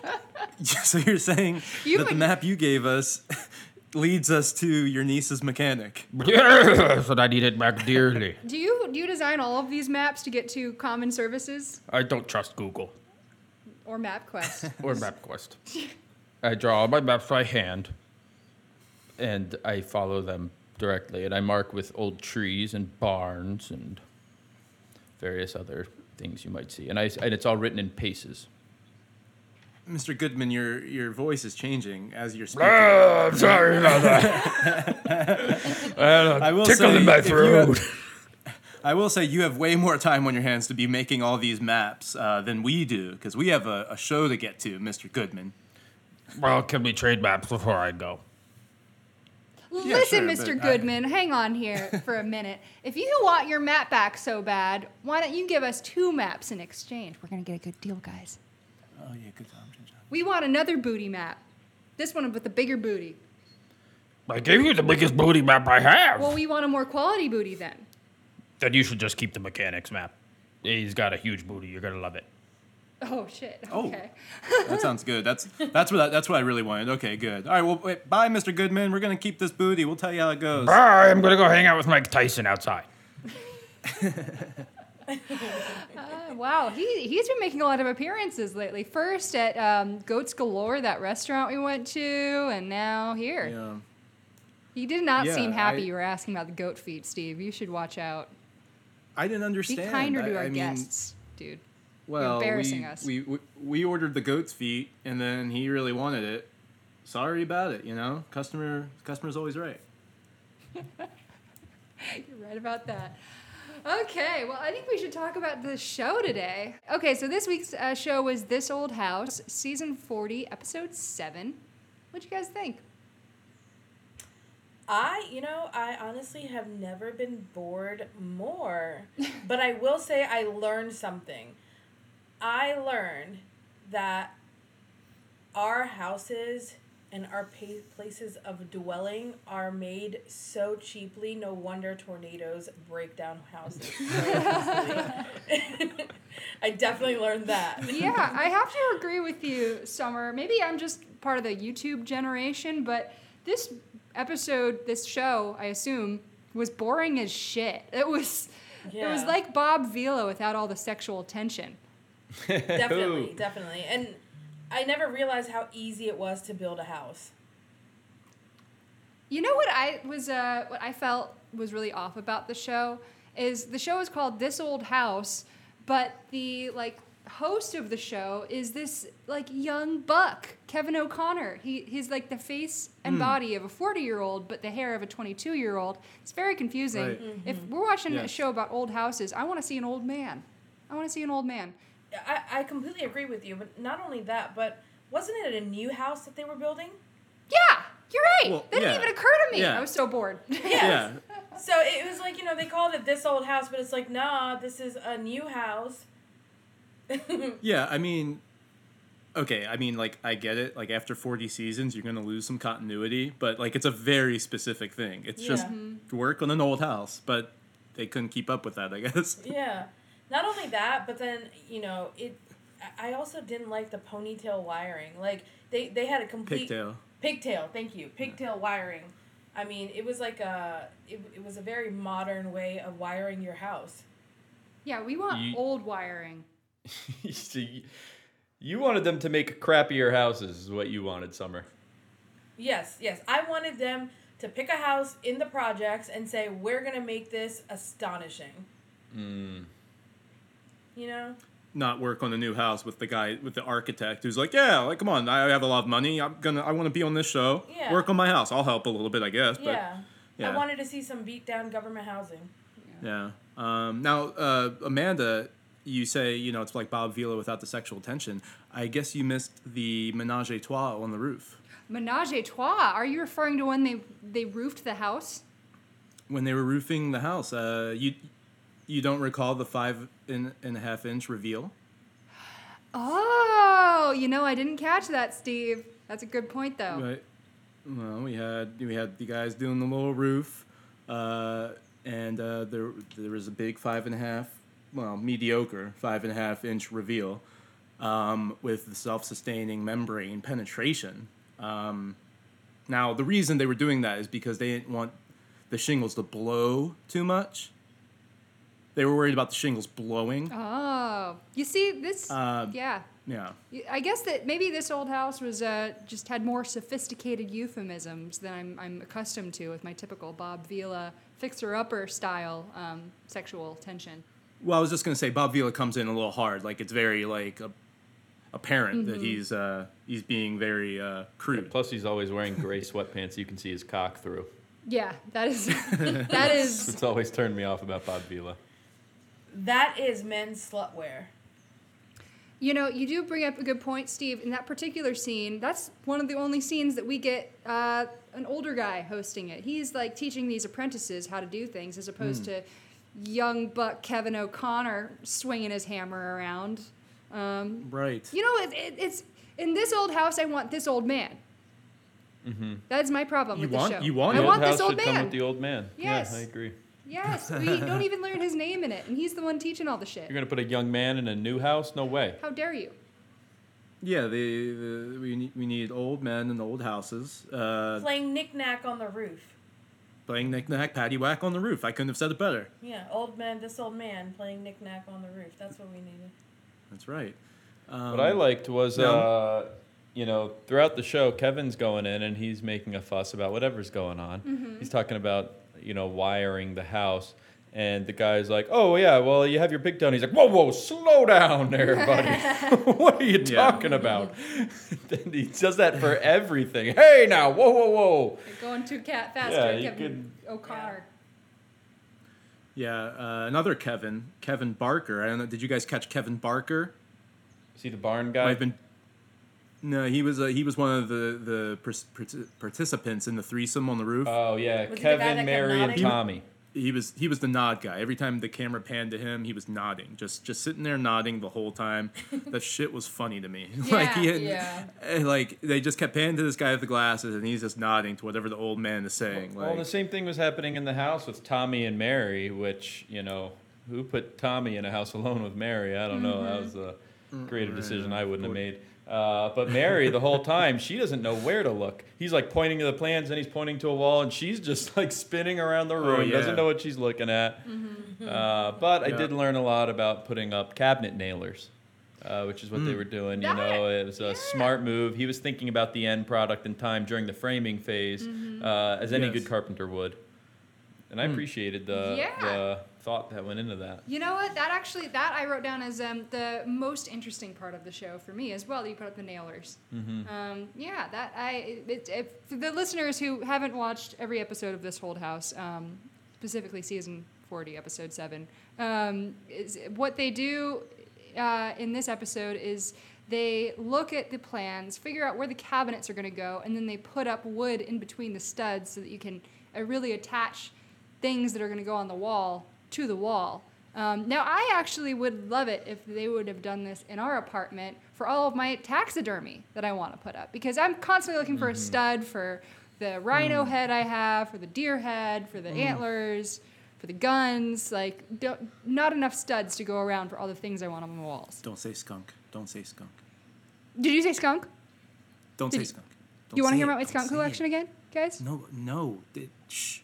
[SPEAKER 1] So you're saying
[SPEAKER 2] You
[SPEAKER 1] that the
[SPEAKER 2] would-
[SPEAKER 1] map you gave us leads us to your niece's mechanic?
[SPEAKER 3] Yes, and I need it back dearly.
[SPEAKER 2] do you do you design all of these maps to get to common services
[SPEAKER 3] I don't trust Google
[SPEAKER 2] or MapQuest?
[SPEAKER 3] or MapQuest. I draw all my maps by hand, and I follow them directly, and I mark with old trees and barns and various other things you might see, and I and it's all written in paces.
[SPEAKER 1] Mr. Goodman, your your voice is changing as you're speaking.
[SPEAKER 3] I'm sorry about that.
[SPEAKER 1] I will
[SPEAKER 3] Tickle
[SPEAKER 1] say
[SPEAKER 3] in my
[SPEAKER 1] if you have-
[SPEAKER 3] throat.
[SPEAKER 1] I will say you have way more time on your hands to be making all these maps uh, than we do, because we have a, a show to get to, Mr. Goodman.
[SPEAKER 3] Well, can we trade maps before I go?
[SPEAKER 2] Listen,
[SPEAKER 1] sure,
[SPEAKER 2] Mr.
[SPEAKER 1] but I-
[SPEAKER 2] Goodman, hang on here for a minute. If you want your map back so bad, why don't you give us two maps in exchange? We're gonna get a good deal, guys.
[SPEAKER 1] Oh yeah, good time, Jim.
[SPEAKER 2] We want another booty map. This one with the bigger booty.
[SPEAKER 3] I gave you the biggest booty map I have.
[SPEAKER 2] Well, we want a more quality booty then.
[SPEAKER 3] then you should just keep the mechanics map. He's got a huge booty. You're gonna love it.
[SPEAKER 2] Oh shit.
[SPEAKER 1] Oh.
[SPEAKER 2] Okay.
[SPEAKER 1] That sounds good. That's that's what I, that's what I really wanted. Okay, good. All right, well, wait, bye, Mr. Goodman. We're gonna keep this booty. We'll tell you how it goes.
[SPEAKER 3] Bye. I'm Ah, gonna go hang out with Mike Tyson outside.
[SPEAKER 2] Uh, wow, he he's been making a lot of appearances lately. First at um, Goats Galore, that restaurant we went to, and now here.
[SPEAKER 1] Yeah.
[SPEAKER 2] You did not
[SPEAKER 1] Yeah,
[SPEAKER 2] seem happy.
[SPEAKER 1] I-
[SPEAKER 2] you were asking about the goat feet, Steve. You should watch out.
[SPEAKER 1] I didn't
[SPEAKER 2] Be
[SPEAKER 1] understand.
[SPEAKER 2] kinder to
[SPEAKER 1] I-
[SPEAKER 2] our
[SPEAKER 1] I mean,
[SPEAKER 2] guests, dude.
[SPEAKER 1] well,
[SPEAKER 2] embarrassing
[SPEAKER 1] we,
[SPEAKER 2] us.
[SPEAKER 1] We, we we ordered the goat's feet, and then he really wanted it. Sorry about it. You know, customer customer's always right.
[SPEAKER 2] You're right about that. Okay, well, I think we should talk about the show today. Okay, so this week's uh, show was This Old House, season 40, episode 7. What'd you guys think?
[SPEAKER 4] I, you know, I honestly have never been bored more. but I will say I learned something. I learned that our houses and our pa- places of dwelling are made so cheaply. No wonder tornadoes break down houses. so easily. I definitely learned that.
[SPEAKER 2] Yeah, I have to agree with you, Summer. Maybe I'm just part of the YouTube generation, but this episode, this show, I assume, was boring as shit. It was. It was
[SPEAKER 4] Yeah.
[SPEAKER 2] like Bob Vila without all the sexual tension.
[SPEAKER 4] Definitely, definitely. And I never realized how easy it was to build a house.
[SPEAKER 2] You know what I was uh, what I felt was really off about the show is the show is called This Old House, but the like host of the show is this like young buck Kevin O'Connor. He he's like the face
[SPEAKER 1] Hmm.
[SPEAKER 2] and body of a 40-year-old but the hair of a 22-year-old. It's very confusing.
[SPEAKER 1] Right.
[SPEAKER 2] If we're watching a
[SPEAKER 1] Yes.
[SPEAKER 2] show about old houses, I want to see an old man. I want to see an old man.
[SPEAKER 4] I, I completely agree with you, but not only that, but wasn't it a new house that they were building?
[SPEAKER 2] Yeah, you're right.
[SPEAKER 1] Well,
[SPEAKER 2] that didn't
[SPEAKER 1] yeah.
[SPEAKER 2] even occur to me.
[SPEAKER 1] Yeah.
[SPEAKER 2] I was so bored.
[SPEAKER 1] Yeah.
[SPEAKER 4] So it was like, you know, they called it this old house, but it's like, nah, this is a new house.
[SPEAKER 1] Yeah, I mean, okay, I mean, like, I get it. Like, after 40 seasons, you're going to lose some continuity, but, like, it's a very specific thing. It's just
[SPEAKER 4] Yeah. Mm-hmm.
[SPEAKER 1] work on an old house, but they couldn't keep up with that, I guess.
[SPEAKER 4] Yeah. Not only that, but then, you know, it I I also didn't like the ponytail wiring. Like they they had a complete
[SPEAKER 1] Pigtail.
[SPEAKER 4] Pigtail, thank you. Pigtail wiring. I mean, it was like a it, it was a very modern way of wiring your house.
[SPEAKER 2] yeah, we want
[SPEAKER 12] You-
[SPEAKER 2] old wiring.
[SPEAKER 12] So you- you wanted them to make crappier houses, is what you wanted, Summer.
[SPEAKER 4] Yes, yes. I wanted them to pick a house in the projects and say, we're going to make this astonishing.
[SPEAKER 1] Mm.
[SPEAKER 4] You know?
[SPEAKER 1] Not work on a new house with the guy, with the architect who's like, yeah, like, come on, I have a lot of money. I'm going to, I want to be on this show.
[SPEAKER 4] Yeah.
[SPEAKER 1] Work on my house. I'll help a little bit, I guess. But
[SPEAKER 4] yeah.
[SPEAKER 1] yeah.
[SPEAKER 4] I wanted to see some beat down government housing.
[SPEAKER 1] Yeah. Um, now, uh, Amanda, you say you know it's like Bob Vila without the sexual tension. I guess you missed the menage a trois on the roof
[SPEAKER 2] Menage a trois. Are you referring to when they they roofed the house?
[SPEAKER 1] when they were roofing the house. Uh, you you don't recall the five and, and a half inch reveal?
[SPEAKER 2] Oh, you know I didn't catch that, Steve. That's a good point though.
[SPEAKER 1] Right. Well, we had we had the guys doing the little roof, uh, and uh, there there was a big five and a half, well mediocre five and a half inch reveal, um, with the self sustaining membrane penetration. Um, now the reason they were doing that is because they didn't want the shingles to blow too much. They were worried about the shingles blowing.
[SPEAKER 2] Oh, you see this?
[SPEAKER 1] Uh,
[SPEAKER 2] yeah,
[SPEAKER 1] Yeah.
[SPEAKER 2] You- I guess that maybe this old house was uh, just had more sophisticated euphemisms than I'm I'm accustomed to with my typical Bob Vila fixer upper style um, sexual tension.
[SPEAKER 1] Well, I was just gonna say Bob Vila comes in a little hard. Like it's very like a, apparent that he's uh, he's being very uh, crude.
[SPEAKER 12] Plus, he's always wearing gray sweatpants. You can see his cock through.
[SPEAKER 2] Yeah, that is that is
[SPEAKER 12] It's always turned me off about Bob Vila.
[SPEAKER 4] That is men's slutware.
[SPEAKER 2] You know, you do bring up a good point, Steve. In that particular scene, that's one of the only scenes that we get uh, an older guy hosting it. He's like teaching these apprentices how to do things as opposed to young buck Kevin O'Connor swinging his hammer around. Um,
[SPEAKER 1] Right.
[SPEAKER 2] you know, it, it, it's in this old house, I want this old man. That's my problem
[SPEAKER 1] You
[SPEAKER 2] with
[SPEAKER 1] want-
[SPEAKER 2] the show.
[SPEAKER 1] you want
[SPEAKER 2] I
[SPEAKER 1] it.
[SPEAKER 2] want
[SPEAKER 12] house
[SPEAKER 2] this old
[SPEAKER 12] should come
[SPEAKER 2] man.
[SPEAKER 12] with the old man.
[SPEAKER 2] Yes.
[SPEAKER 12] Yeah, I agree.
[SPEAKER 2] yes, we don't even learn his name in it, and he's the one teaching all the shit.
[SPEAKER 12] You're gonna put a young man in a new house? No way.
[SPEAKER 2] How dare you?
[SPEAKER 1] Yeah, the, the we need we need old men in old houses uh,
[SPEAKER 4] Playing knick-knack on the roof.
[SPEAKER 1] playing knick knack patty whack on the roof. I couldn't have said it better.
[SPEAKER 4] Yeah, old man, this old man playing knick-knack on the roof. That's what we needed.
[SPEAKER 1] That's right. Um,
[SPEAKER 12] What I liked was,
[SPEAKER 1] no.
[SPEAKER 12] uh, you know, throughout the show, Kevin's going in and he's making a fuss about whatever's going on.
[SPEAKER 2] Mm-hmm.
[SPEAKER 12] He's talking about, you know, wiring the house. And the guy's like, oh, yeah, well, you have your pig down. He's like, whoa, whoa, slow down there, buddy. what are you
[SPEAKER 1] Yeah.
[SPEAKER 12] talking about? Then he does that for everything. Hey, now, whoa, whoa, whoa.
[SPEAKER 2] Going too cat faster,
[SPEAKER 12] Yeah, you
[SPEAKER 2] Kevin O'Connor.
[SPEAKER 1] Yeah, uh, another Kevin, Kevin Barker. I don't know. Did you guys catch Kevin Barker?
[SPEAKER 12] See the barn guy.
[SPEAKER 1] I've been. No, he was uh, he was one of the the pers- parti- participants in the threesome on the roof.
[SPEAKER 12] Oh yeah,
[SPEAKER 13] Was it the guy that
[SPEAKER 12] Kevin,
[SPEAKER 13] kept
[SPEAKER 12] Mary, and
[SPEAKER 13] nodding?
[SPEAKER 12] Tommy.
[SPEAKER 1] he was he was the nod guy. Every time the camera panned to him, he was nodding, just just sitting there nodding the whole time. that shit was funny to me. like he
[SPEAKER 2] Yeah,
[SPEAKER 1] had,
[SPEAKER 13] yeah.
[SPEAKER 1] and, like they just kept panning to this guy with the glasses, and he's just nodding to whatever the old man is saying.
[SPEAKER 12] Well,
[SPEAKER 1] like,
[SPEAKER 12] the same thing was happening in the house with Tommy and Mary, which you know, who put Tommy in a house alone with Mary? I don't know. That was a creative decision I wouldn't have made. Uh, but Mary, the whole time, she doesn't know where to look. He's like pointing to the plans, and he's pointing to a wall, and she's just like spinning around the room. Doesn't
[SPEAKER 1] Oh, yeah.
[SPEAKER 12] know what she's looking at. Uh, but I
[SPEAKER 1] Yeah.
[SPEAKER 12] did learn a lot about putting up cabinet nailers, uh, which is what
[SPEAKER 1] Mm.
[SPEAKER 12] they were doing. You know, it was a smart move. He was thinking about the end product in time during the framing phase,
[SPEAKER 2] Mm-hmm.
[SPEAKER 12] uh, as any good
[SPEAKER 1] Yes. Mm.
[SPEAKER 12] carpenter would. And I appreciated the,
[SPEAKER 2] Yeah.
[SPEAKER 12] the thought that went into that.
[SPEAKER 2] You know what? That actually, that I wrote down as um, the most interesting part of the show for me as well. that You put up the nailers. Um, yeah, that I. It, it, for the listeners who haven't watched every episode of this Hold House, um, specifically season forty, episode seven, um, is, what they do uh, in this episode is they look at the plans, figure out where the cabinets are going to go, and then they put up wood in between the studs so that you can uh, really attach things that are going to go on the wall to the wall. Um, now, I actually would love it if they would have done this in our apartment for all of my taxidermy that I want to put up because I'm constantly looking for a
[SPEAKER 14] Mm-hmm.
[SPEAKER 2] stud for the
[SPEAKER 14] Mm.
[SPEAKER 2] rhino head I have, for the deer head, for the
[SPEAKER 14] Mm-hmm.
[SPEAKER 2] antlers, for the guns. Like, don't, not enough studs to go around for all the things I want on the walls.
[SPEAKER 14] Don't say skunk. Don't say skunk.
[SPEAKER 2] Did you say skunk?
[SPEAKER 14] Don't
[SPEAKER 2] Did
[SPEAKER 14] say
[SPEAKER 2] you-
[SPEAKER 14] skunk.
[SPEAKER 2] Do you want
[SPEAKER 14] say
[SPEAKER 2] to hear
[SPEAKER 14] it.
[SPEAKER 2] about my
[SPEAKER 14] Don't
[SPEAKER 2] skunk
[SPEAKER 14] say it.
[SPEAKER 2] collection again, guys?
[SPEAKER 14] No, no. Th- shh.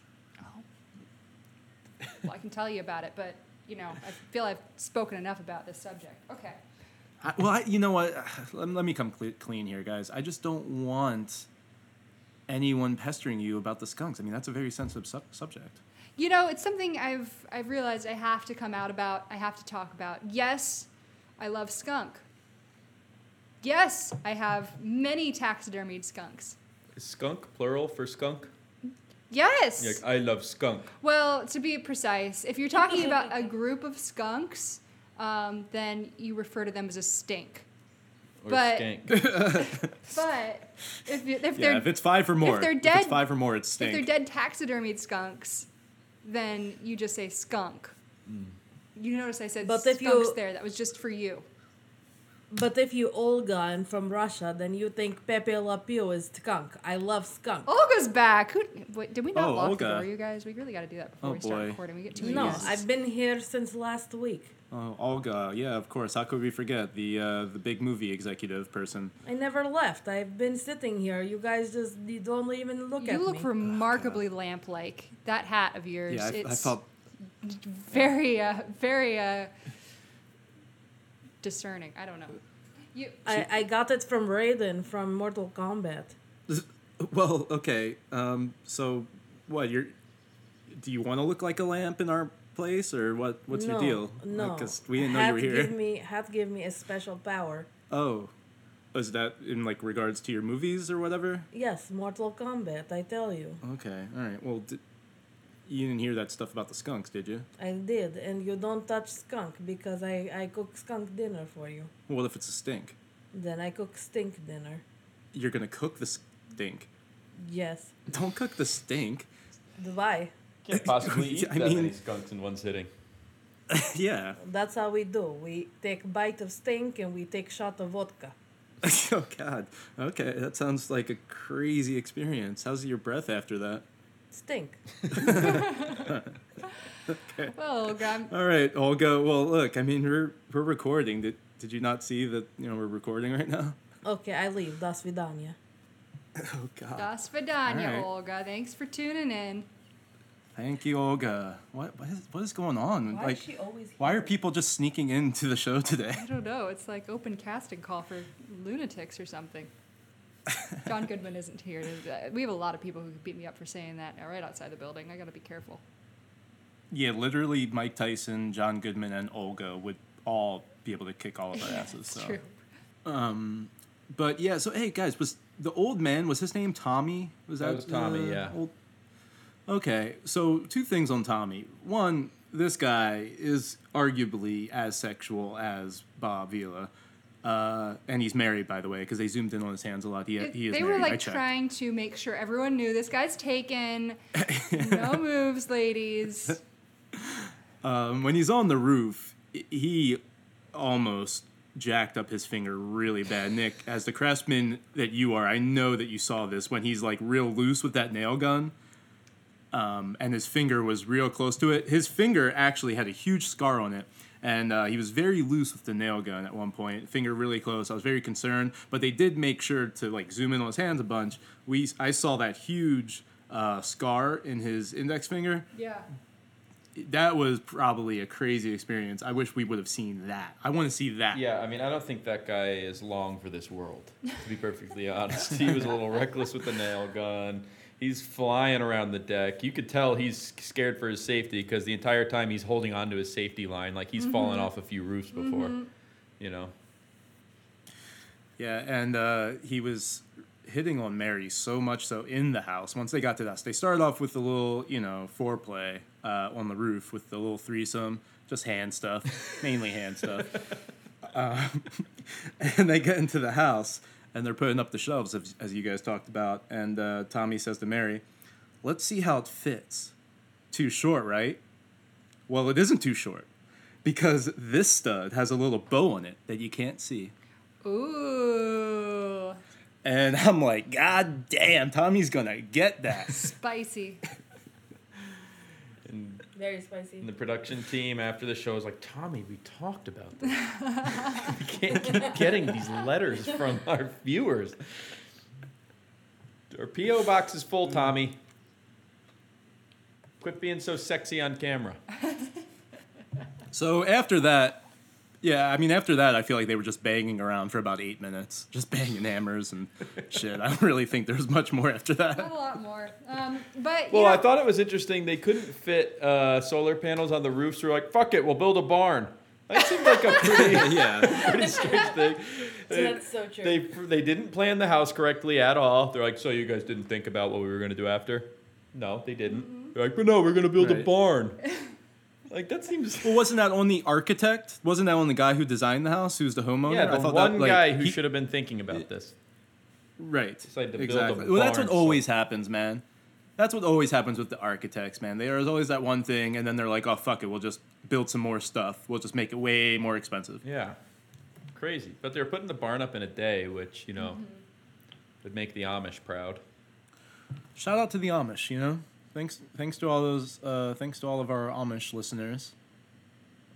[SPEAKER 2] Well, I can tell you about it, but you know, I feel I've spoken enough about this subject. Okay.
[SPEAKER 1] I, well, I, you know what? Let, let me come cle- clean here, guys. I just don't want anyone pestering you about the skunks. I mean, that's a very sensitive sub- subject.
[SPEAKER 2] You know, it's something I've I've realized I have to come out about. I have to talk about. Yes, I love skunk. Yes, I have many taxidermied skunks.
[SPEAKER 12] Is skunk plural for skunk?
[SPEAKER 2] Yes.
[SPEAKER 12] Like, I love skunk.
[SPEAKER 2] Well, to be precise, if you're talking about a group of skunks, um, then you refer to them as a stink.
[SPEAKER 12] Or
[SPEAKER 2] But-
[SPEAKER 12] skank.
[SPEAKER 2] But if, you, if
[SPEAKER 1] Yeah,
[SPEAKER 2] they're
[SPEAKER 1] if it's five or more,
[SPEAKER 2] they're
[SPEAKER 1] if
[SPEAKER 2] dead-
[SPEAKER 1] it's five or more, it's
[SPEAKER 2] If they're
[SPEAKER 1] stink.
[SPEAKER 2] dead taxidermied skunks, then you just say skunk.
[SPEAKER 1] Mm.
[SPEAKER 2] You notice I said
[SPEAKER 15] But if
[SPEAKER 2] skunks
[SPEAKER 15] you-
[SPEAKER 2] there. That was just for you.
[SPEAKER 15] But if you Olga and from Russia, then you think Pepe Le Pew is skunk. I love skunk.
[SPEAKER 4] Oh,
[SPEAKER 2] Olga's back. Who, wait, did we not
[SPEAKER 1] Oh,
[SPEAKER 2] lock the
[SPEAKER 1] Olga.
[SPEAKER 2] door, you guys? We really got to do that before
[SPEAKER 1] Oh,
[SPEAKER 2] we start
[SPEAKER 1] boy.
[SPEAKER 2] recording. We get too
[SPEAKER 15] no,
[SPEAKER 2] many.
[SPEAKER 15] I've been here since last week.
[SPEAKER 1] Oh, Olga, yeah, of course. How could we forget the uh, the big movie executive person?
[SPEAKER 15] I never left. I've been sitting here. You guys just you don't even look at
[SPEAKER 2] You look
[SPEAKER 15] me.
[SPEAKER 2] remarkably lamp-like. That hat of yours.
[SPEAKER 1] Yeah, I, I
[SPEAKER 2] it's
[SPEAKER 1] felt
[SPEAKER 2] very, uh, very uh, discerning. I don't know. You,
[SPEAKER 15] I, I got it from Raiden from Mortal Kombat.
[SPEAKER 1] Well, okay. Um, so, what you're? Do you want to look like a lamp in our place, or what? What's
[SPEAKER 15] no,
[SPEAKER 1] your deal?
[SPEAKER 15] No,
[SPEAKER 1] because we didn't know
[SPEAKER 15] Hat
[SPEAKER 1] you were here.
[SPEAKER 15] Give me, hat give me a special power.
[SPEAKER 1] oh, is that in like regards to your movies or whatever?
[SPEAKER 15] Yes, Mortal Kombat. I tell you,
[SPEAKER 1] Okay, all right. Well, d you didn't hear that stuff about the skunks, did you?
[SPEAKER 15] I did, and you don't touch skunk because I I cook skunk dinner for you.
[SPEAKER 1] Well, what if it's a stink?
[SPEAKER 15] Then I cook stink dinner.
[SPEAKER 1] You're gonna cook the stink.
[SPEAKER 15] Yes.
[SPEAKER 1] Don't cook the stink.
[SPEAKER 15] Why?
[SPEAKER 12] Can't possibly eat
[SPEAKER 1] I
[SPEAKER 12] that many
[SPEAKER 1] mean-
[SPEAKER 12] skunks in one sitting.
[SPEAKER 1] yeah.
[SPEAKER 15] That's how we do. We take bite of stink and we take shot of vodka.
[SPEAKER 1] oh God. Okay, that sounds like a crazy experience. How's your breath after that?
[SPEAKER 15] Stink.
[SPEAKER 2] well, Olga, I'm-
[SPEAKER 1] All right, Olga. Well, look, I mean, we're we're recording. Did did you not see that? You know, we're recording right now.
[SPEAKER 15] Okay, I leave. Das vidania.
[SPEAKER 1] Oh God.
[SPEAKER 2] das vidania,
[SPEAKER 1] All right.
[SPEAKER 2] Olga. Thanks for tuning in.
[SPEAKER 1] Thank you, Olga. What what is what is going on?
[SPEAKER 4] Why
[SPEAKER 1] like,
[SPEAKER 4] is she always?
[SPEAKER 1] why are people just sneaking into the show today?
[SPEAKER 2] I don't know. It's like open casting call for lunatics or something. John Goodman isn't here. to- We have a lot of people who could beat me up for saying that uh, right outside the building. I got to be careful.
[SPEAKER 1] Yeah, literally, Mike Tyson, John Goodman, and Olga would all be able to kick all of our asses.
[SPEAKER 2] It's
[SPEAKER 1] so.
[SPEAKER 2] true.
[SPEAKER 1] But yeah, so hey guys, was the old man was his name Tommy? Was that,
[SPEAKER 12] That was Tommy,
[SPEAKER 1] uh,
[SPEAKER 12] yeah.
[SPEAKER 1] old- Okay, so two things on Tommy. One, this guy is arguably as sexual as Bob Vila. Uh, and he's married, by the way, because they zoomed in on his hands a lot. He,
[SPEAKER 2] It-
[SPEAKER 1] he is
[SPEAKER 2] they
[SPEAKER 1] married.
[SPEAKER 2] were
[SPEAKER 1] I
[SPEAKER 2] like
[SPEAKER 1] checked.
[SPEAKER 2] trying to make sure everyone knew this guy's taken. no moves, ladies.
[SPEAKER 1] Um, when he's on the roof, i- he almost jacked up his finger really bad. Nick, as the craftsman that you are, I know that you saw this when he's like real loose with that nail gun. Um, and his finger was real close to it. His finger actually had a huge scar on it, and uh, he was very loose with the nail gun at one point. Finger really close. I was very concerned, but they did make sure to like zoom in on his hands a bunch. We I saw that huge uh, scar in his index finger
[SPEAKER 2] Yeah.
[SPEAKER 1] that was probably a crazy experience. I wish we would have seen that. I want to see that.
[SPEAKER 12] Yeah, I mean, I don't think that guy is long for this world, to be perfectly honest. He was a little reckless with the nail gun. He's flying around the deck. You could tell he's scared for his safety because the entire time he's holding onto his safety line like he's fallen off a few roofs before. You know?
[SPEAKER 1] Yeah, and uh, he was hitting on Mary so much so in the house. Once they got to the house, they started off with the little, you know, foreplay uh, on the roof with the little threesome, just hand stuff, mainly hand stuff. Um, and they get into the house and they're putting up the shelves, as, as you guys talked about. And uh, Tommy says to Mary, Let's see how it fits. Too short, right? Well, it isn't too short because this stud has a little bow on it that you can't see.
[SPEAKER 2] Ooh.
[SPEAKER 1] And I'm like, God damn, Tommy's gonna get that.
[SPEAKER 2] Spicy.
[SPEAKER 12] And,
[SPEAKER 15] Very
[SPEAKER 12] and
[SPEAKER 15] spicy.
[SPEAKER 12] the production team after the show is like, Tommy, we talked about this. we can't keep getting these letters from our viewers. Our P.O. box is full, Tommy. Quit being so sexy on camera.
[SPEAKER 1] so after that, yeah, I mean, after that, I feel like they were just banging around for about eight minutes, just banging hammers and shit. I don't really think there's much more after
[SPEAKER 2] Not
[SPEAKER 1] that.
[SPEAKER 2] a lot more. Um, but
[SPEAKER 12] Well,
[SPEAKER 2] you know,
[SPEAKER 12] I thought it was interesting. They couldn't fit uh, solar panels on the roofs. They're like, fuck it, we'll build a barn. That seemed like a pretty,
[SPEAKER 1] yeah.
[SPEAKER 12] pretty strange thing.
[SPEAKER 15] So that's so true.
[SPEAKER 12] They, they didn't plan the house correctly at all. They're like, so you guys didn't think about what we were going to do after? No, they didn't.
[SPEAKER 2] Mm-hmm.
[SPEAKER 12] They're like, but no, we're going to build a
[SPEAKER 1] Right.
[SPEAKER 12] barn. like, that seems.
[SPEAKER 1] Well, wasn't that on the architect? Wasn't that on the guy who designed the house, who's the homeowner?
[SPEAKER 12] Yeah, the
[SPEAKER 1] I thought
[SPEAKER 12] one
[SPEAKER 1] that, like,
[SPEAKER 12] guy who
[SPEAKER 1] he-
[SPEAKER 12] should have been thinking about this.
[SPEAKER 1] Right.
[SPEAKER 12] Decided to build a
[SPEAKER 1] exactly. well, that's
[SPEAKER 12] barn,
[SPEAKER 1] what
[SPEAKER 12] so-
[SPEAKER 1] always happens, man. That's what always happens with the architects, man. There's always that one thing, and then they're like, oh, fuck it, we'll just build some more stuff. We'll just make it way more expensive.
[SPEAKER 12] Yeah. Crazy. But they're putting the barn up in a day, which, you know,
[SPEAKER 2] Mm-hmm.
[SPEAKER 12] would make the Amish proud.
[SPEAKER 1] Shout out to the Amish, you know. Thanks, thanks to all those, uh, thanks to all of our Amish listeners.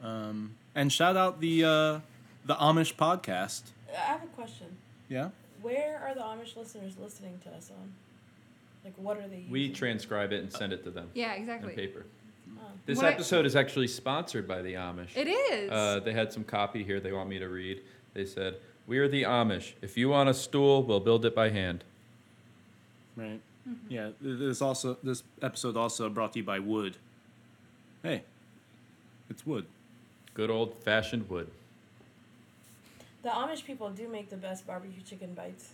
[SPEAKER 1] Um, and shout out the uh, the Amish podcast.
[SPEAKER 4] Uh, I have a question.
[SPEAKER 1] Yeah,
[SPEAKER 4] Where are the Amish listeners listening to us on? Like, what are they? Using?
[SPEAKER 12] We transcribe it and send it to them
[SPEAKER 2] yeah,
[SPEAKER 12] on
[SPEAKER 2] exactly.
[SPEAKER 12] paper. This
[SPEAKER 2] What I-
[SPEAKER 12] episode is actually sponsored by the Amish.
[SPEAKER 2] It is.
[SPEAKER 12] Uh, they had some copy here they want me to read. They said, We are the Amish. If you want a stool, we'll build it by hand.
[SPEAKER 1] right. Yeah, th- this also this episode also brought to you by wood. Hey, it's wood.
[SPEAKER 12] Good old fashioned wood.
[SPEAKER 4] the Amish people do make the best barbecue chicken bites.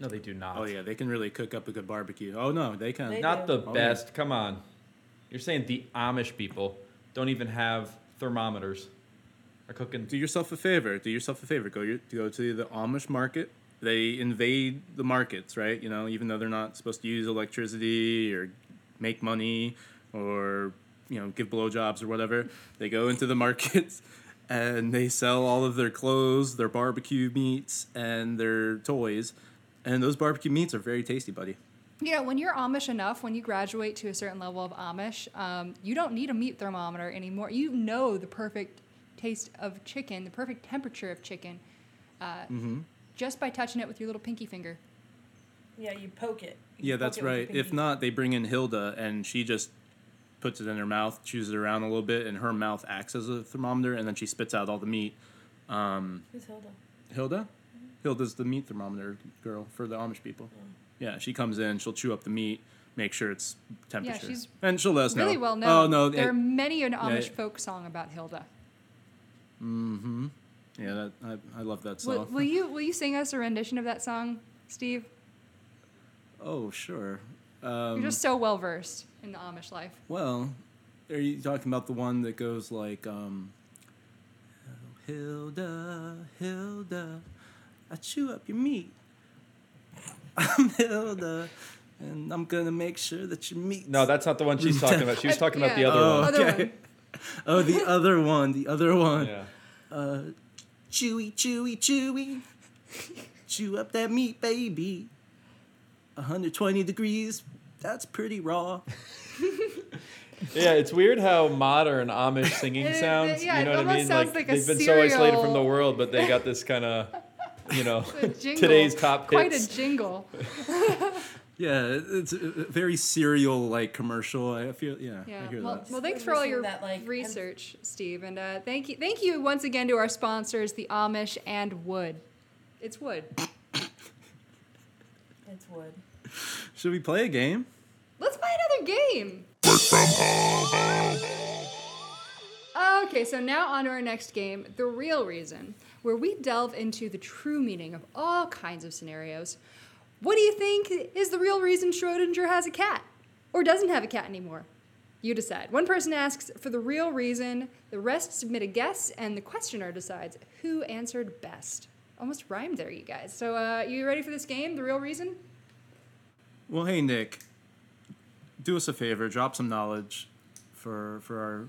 [SPEAKER 12] No, they do not.
[SPEAKER 1] Oh yeah, they can really cook up a good barbecue. Oh no, they can.
[SPEAKER 4] They-
[SPEAKER 12] Not the
[SPEAKER 1] Oh, yeah.
[SPEAKER 12] best. Come on. You're saying the Amish people don't even have thermometers. Are cooking
[SPEAKER 1] do yourself a favor. Do yourself a favor. Go your, go to the Amish market. They invade the markets, right? You know, even though they're not supposed to use electricity or make money or you know give blowjobs or whatever, they go into the markets and they sell all of their clothes, their barbecue meats, and their toys. And those barbecue meats are very tasty, buddy.
[SPEAKER 2] You know, when you're Amish enough, when you graduate to a certain level of Amish, um, you don't need a meat thermometer anymore. You know the perfect taste of chicken, the perfect temperature of chicken, uh,
[SPEAKER 12] Mm-hmm.
[SPEAKER 2] just by touching it with your little pinky finger.
[SPEAKER 4] Yeah, you poke it. You
[SPEAKER 1] Yeah,
[SPEAKER 4] poke
[SPEAKER 1] that's
[SPEAKER 4] it with your
[SPEAKER 1] right. If
[SPEAKER 4] pinky.
[SPEAKER 1] not, they bring in Hilda, and she just puts it in her mouth, chews it around a little bit, and her mouth acts as a thermometer, and then she spits out all the meat. Um,
[SPEAKER 4] who's Hilda?
[SPEAKER 1] Hilda, Hilda's the meat thermometer girl for the Amish people. Yeah, she comes in, she'll chew up the meat, make sure it's temperature,
[SPEAKER 2] she's
[SPEAKER 1] and she'll let us
[SPEAKER 2] Really
[SPEAKER 1] know.
[SPEAKER 2] well known.
[SPEAKER 1] Oh no,
[SPEAKER 2] there
[SPEAKER 1] yeah,
[SPEAKER 2] are many an Amish
[SPEAKER 1] yeah.
[SPEAKER 2] folk song about Hilda.
[SPEAKER 1] yeah, that, I, I love that
[SPEAKER 2] Will,
[SPEAKER 1] song.
[SPEAKER 2] will you will you sing us a rendition of that song, Steve?
[SPEAKER 1] oh sure.
[SPEAKER 2] You're just so well versed in the Amish life.
[SPEAKER 1] Well,
[SPEAKER 16] Are you talking about the one that goes like, um, "Oh, Hilda, Hilda, I chew up your meat. I'm Hilda, and I'm gonna make sure that your meat.
[SPEAKER 12] No, that's not the one she's talking about. She was talking about the
[SPEAKER 2] Yeah.
[SPEAKER 12] other
[SPEAKER 2] Oh.
[SPEAKER 12] one.
[SPEAKER 2] Other one.
[SPEAKER 16] oh, the other one, the other
[SPEAKER 1] Oh.
[SPEAKER 16] one.
[SPEAKER 12] Yeah.
[SPEAKER 16] Chewy, chewy, chewy. Chew up that meat, baby. 120 degrees. That's pretty raw.
[SPEAKER 12] Yeah, it's weird how modern Amish singing
[SPEAKER 2] It- it-
[SPEAKER 12] sounds.
[SPEAKER 2] yeah,
[SPEAKER 12] you
[SPEAKER 2] it
[SPEAKER 12] know what I
[SPEAKER 2] almost
[SPEAKER 12] mean?
[SPEAKER 2] sounds
[SPEAKER 12] Like,
[SPEAKER 2] like a
[SPEAKER 12] they've been so isolated from the
[SPEAKER 2] serial-
[SPEAKER 12] world, but they got this kind of, you know,
[SPEAKER 2] The jingle,
[SPEAKER 12] today's top
[SPEAKER 2] Quite
[SPEAKER 12] hits.
[SPEAKER 2] a jingle.
[SPEAKER 16] Yeah, it- it's a a very serial like commercial. I feel yeah, I
[SPEAKER 2] Yeah.
[SPEAKER 16] hear
[SPEAKER 2] Well,
[SPEAKER 16] that.
[SPEAKER 2] well, thanks
[SPEAKER 4] Just
[SPEAKER 2] for all
[SPEAKER 4] releasing
[SPEAKER 2] your
[SPEAKER 4] that, like, and-
[SPEAKER 2] research, Steve, and uh, thank you, thank you once again to our sponsors, the Amish and Wood. It's Wood.
[SPEAKER 4] It's wood.
[SPEAKER 16] Should we play a game?
[SPEAKER 2] Let's play another game. Okay, so now on to our next game, The Real Reason, where we delve into the true meaning of all kinds of scenarios. What do you think is the real reason Schrodinger has a cat? Or doesn't have a cat anymore? You decide. One person asks for the real reason, the rest submit a guess, and the questioner decides who answered best. Almost rhymed there, you guys. So, uh, you ready for this game, The Real Reason?
[SPEAKER 1] Well, hey Nick, do us a favor, drop some knowledge for for our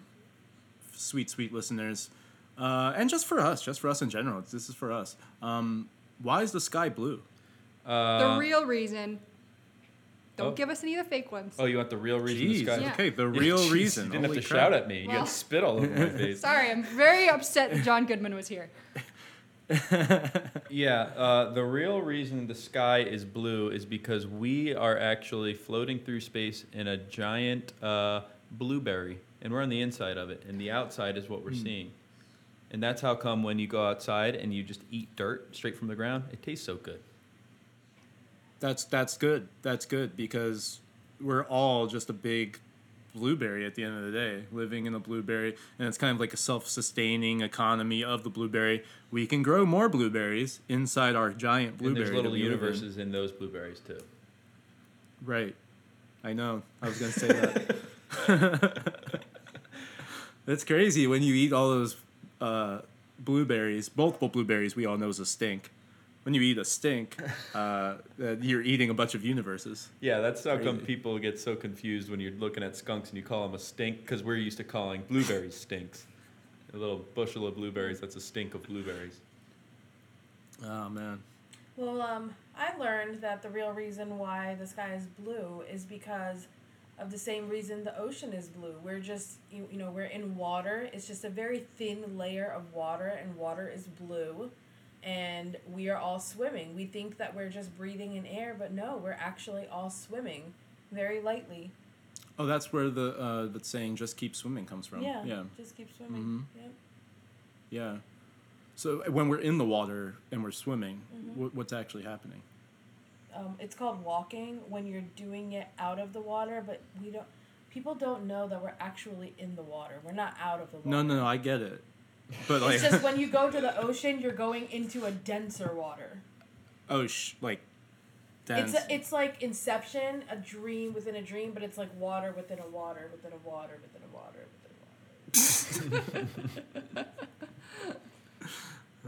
[SPEAKER 1] sweet sweet listeners, uh, and just for us, just for us in general. This is for us. Um, why is the sky blue?
[SPEAKER 2] the real reason. Don't
[SPEAKER 12] oh.
[SPEAKER 2] give us any of the fake ones.
[SPEAKER 12] Oh, you want the real reason
[SPEAKER 1] Jeez,
[SPEAKER 12] this guy?
[SPEAKER 2] Yeah.
[SPEAKER 1] okay, the
[SPEAKER 12] Yeah,
[SPEAKER 1] real
[SPEAKER 12] jeez,
[SPEAKER 1] reason.
[SPEAKER 12] You didn't
[SPEAKER 1] Holy
[SPEAKER 12] have to
[SPEAKER 1] crap.
[SPEAKER 12] shout at me. You
[SPEAKER 2] Well-
[SPEAKER 12] got spit all over my face.
[SPEAKER 2] Sorry, I'm very upset that John Goodman was here.
[SPEAKER 12] Yeah, uh, the real reason the sky is blue is because we are actually floating through space in a giant uh, blueberry, and we're on the inside of it, and the outside is what we're
[SPEAKER 1] Hmm.
[SPEAKER 12] seeing. And that's how come when you go outside and you just eat dirt straight from the ground, it tastes so good.
[SPEAKER 1] That's that's good. That's good because we're all just a big blueberry at the end of the day, living in a blueberry, and it's kind of like a self-sustaining economy of the blueberry. We can grow more blueberries inside our giant
[SPEAKER 12] And
[SPEAKER 1] blueberry.
[SPEAKER 12] there's little
[SPEAKER 1] that we live in.
[SPEAKER 12] universes in those blueberries too.
[SPEAKER 1] Right. I know. I was gonna say that. That's crazy when you eat all those uh, blueberries, multiple blueberries. We all know is a stink. When you eat a stink, uh, that you're eating a bunch of universes.
[SPEAKER 12] Yeah, that's how come
[SPEAKER 1] Crazy.
[SPEAKER 12] people get so confused when you're looking at skunks and you call them a stink because we're used to calling blueberries stinks. A little bushel of blueberries, that's a stink of blueberries.
[SPEAKER 1] Oh man.
[SPEAKER 4] Well, um, I learned that the real reason why the sky is blue is because of the same reason the ocean is blue. We're just, you, you know, we're in water. It's just a very thin layer of water, and water is blue. And we are all swimming. We think that we're just breathing in air, but no, we're actually all swimming very lightly.
[SPEAKER 1] Oh, that's where the uh, that saying "just keep swimming" comes from.
[SPEAKER 4] Yeah.
[SPEAKER 1] Yeah.
[SPEAKER 4] Just keep swimming. Yep.
[SPEAKER 1] Yeah. So uh, when we're in the water and we're swimming,
[SPEAKER 4] Mm-hmm.
[SPEAKER 1] wh- what's actually happening?
[SPEAKER 4] um, it's called walking when you're doing it out of the water, but we don't. People don't know that we're actually in the water. We're not out of the water.
[SPEAKER 1] No, no, no. I get it. But like,
[SPEAKER 4] It's just when you go to the ocean, you're going into a denser water.
[SPEAKER 1] oh, sh- like.
[SPEAKER 4] It's
[SPEAKER 1] Dance.
[SPEAKER 4] a, it's like Inception, a dream within a dream, but it's like water within a water within a water within a water within a water.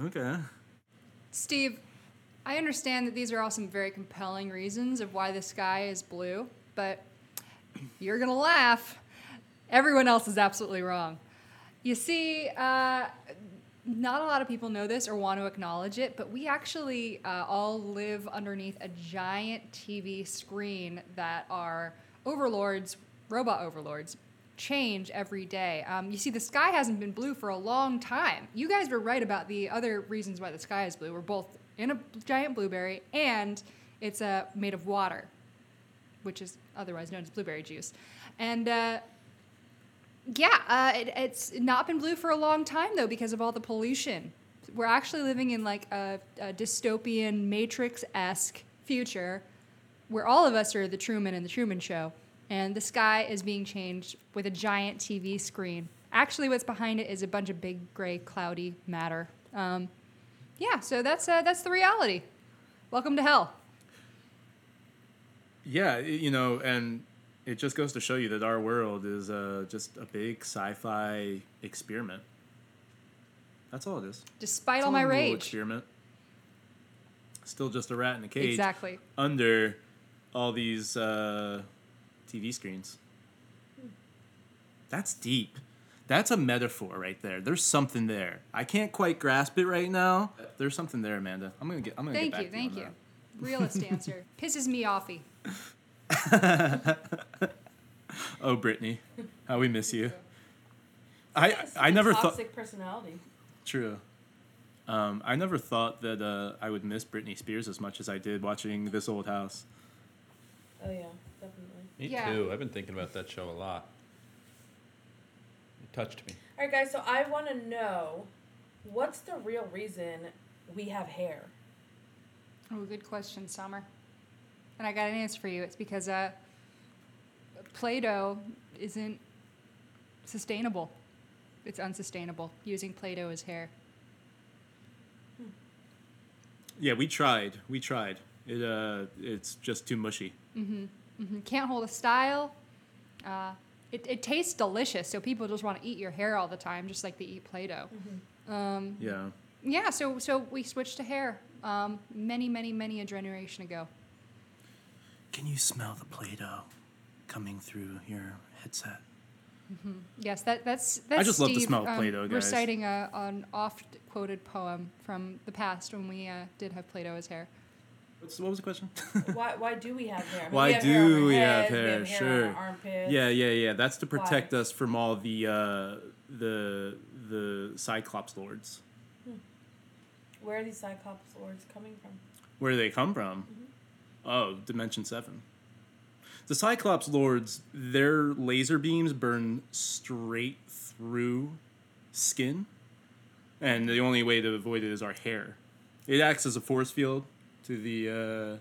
[SPEAKER 1] okay.
[SPEAKER 2] Steve, I understand that these are all some very compelling reasons of why the sky is blue, but you're going to laugh. Everyone else is absolutely wrong. You see, uh, not a lot of people know this or want to acknowledge it, but we actually uh, all live underneath a giant TV screen that our overlords, robot overlords, change every day. Um, you see, the sky hasn't been blue for a long time. You guys were right about the other reasons why the sky is blue. We're both in a giant blueberry, and it's uh, made of water, which is otherwise known as blueberry juice. And uh, yeah, uh, it, it's not been blue for a long time though because of all the pollution. We're actually living in like a, a dystopian Matrix esque future where all of us are the Truman and the Truman Show, and the sky is being changed with a giant TV screen. Actually, what's behind it is a bunch of big gray cloudy matter. Um, yeah, so that's uh, that's the reality. Welcome to hell.
[SPEAKER 1] Yeah, y- you know, and it just goes to show you that our world is uh, just a big sci-fi experiment. That's all it is.
[SPEAKER 2] Despite
[SPEAKER 1] It's
[SPEAKER 2] all
[SPEAKER 1] a
[SPEAKER 2] my
[SPEAKER 1] little
[SPEAKER 2] rage.
[SPEAKER 1] Experiment. Still just a rat in a cage.
[SPEAKER 2] Exactly.
[SPEAKER 1] Under all these uh, TV screens. That's deep. That's a metaphor right there. There's something there. I can't quite grasp it right now. There's something there, Amanda. I'm gonna get. I'm gonna
[SPEAKER 2] Thank
[SPEAKER 1] get back
[SPEAKER 2] you,
[SPEAKER 1] to
[SPEAKER 2] thank
[SPEAKER 1] you.
[SPEAKER 2] you.
[SPEAKER 1] on
[SPEAKER 2] Realist answer. Pisses me offy.
[SPEAKER 1] that. Oh, Brittany, how we miss you. I I never thought.
[SPEAKER 4] Toxic personality.
[SPEAKER 1] True. Um, I never thought that uh, I would miss Britney Spears as much as I did watching This Old House.
[SPEAKER 4] Oh yeah, definitely.
[SPEAKER 12] Me
[SPEAKER 2] Yeah.
[SPEAKER 12] too. I've been thinking about that show a lot. It touched me.
[SPEAKER 4] All right, guys. So I want to know, what's the real reason we have hair?
[SPEAKER 2] Oh, good question, Summer. And I got an answer for you. It's because uh, Play-Doh isn't sustainable. It's unsustainable using Play-Doh as hair.
[SPEAKER 1] Yeah, we tried. We tried. It uh, it's just too mushy.
[SPEAKER 2] hmm Can't hold a style. Uh, it, it tastes delicious, so people just want to eat your hair all the time, just like they eat Play-Doh. Um,
[SPEAKER 4] Mm-hmm.
[SPEAKER 1] Yeah.
[SPEAKER 2] yeah, so so we switched to hair um, many, many, many a generation ago.
[SPEAKER 1] Can you smell the Play-Doh coming through your headset?
[SPEAKER 2] Yes, that, that's that's.
[SPEAKER 1] just love the
[SPEAKER 2] Steve,
[SPEAKER 1] smell of
[SPEAKER 2] um,
[SPEAKER 1] Play-Doh, guys.
[SPEAKER 2] Reciting a, an oft-quoted poem from the past when we uh, did have Play-Doh as hair.
[SPEAKER 1] What's, what was the question?
[SPEAKER 4] Why, why do we have hair? I mean,
[SPEAKER 1] Why
[SPEAKER 4] we have hair on
[SPEAKER 1] do
[SPEAKER 4] our
[SPEAKER 1] we have
[SPEAKER 4] heads,
[SPEAKER 1] hair?
[SPEAKER 4] We have hair On
[SPEAKER 1] Sure.
[SPEAKER 4] our armpits.
[SPEAKER 1] yeah, yeah, yeah. That's to protect
[SPEAKER 4] Why?
[SPEAKER 1] us from all the uh, the the Cyclops lords.
[SPEAKER 4] Where are these Cyclops swords coming from?
[SPEAKER 1] Where do they come from? Oh, Dimension 7. The Cyclops Lords, their laser beams burn straight through skin, and the only way to avoid it is our hair. It acts as a force field to the uh,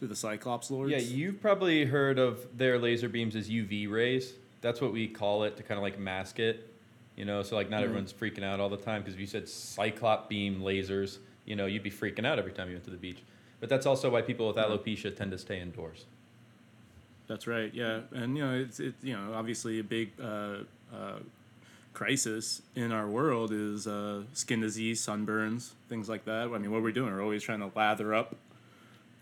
[SPEAKER 1] to the Cyclops Lords.
[SPEAKER 12] Yeah, you've probably heard of their laser beams as UV rays. That's what we call it to kind of like mask it, you know. So like not everyone's freaking out all the time because if you said cyclop beam lasers, you know, you'd be freaking out every time you went to the beach. But that's also why people with alopecia tend to stay indoors.
[SPEAKER 1] That's right. Yeah, and you know it's it you know obviously a big uh, uh, crisis in our world is uh, skin disease, sunburns, things like that. I mean, what we're doing, we're always trying to lather up,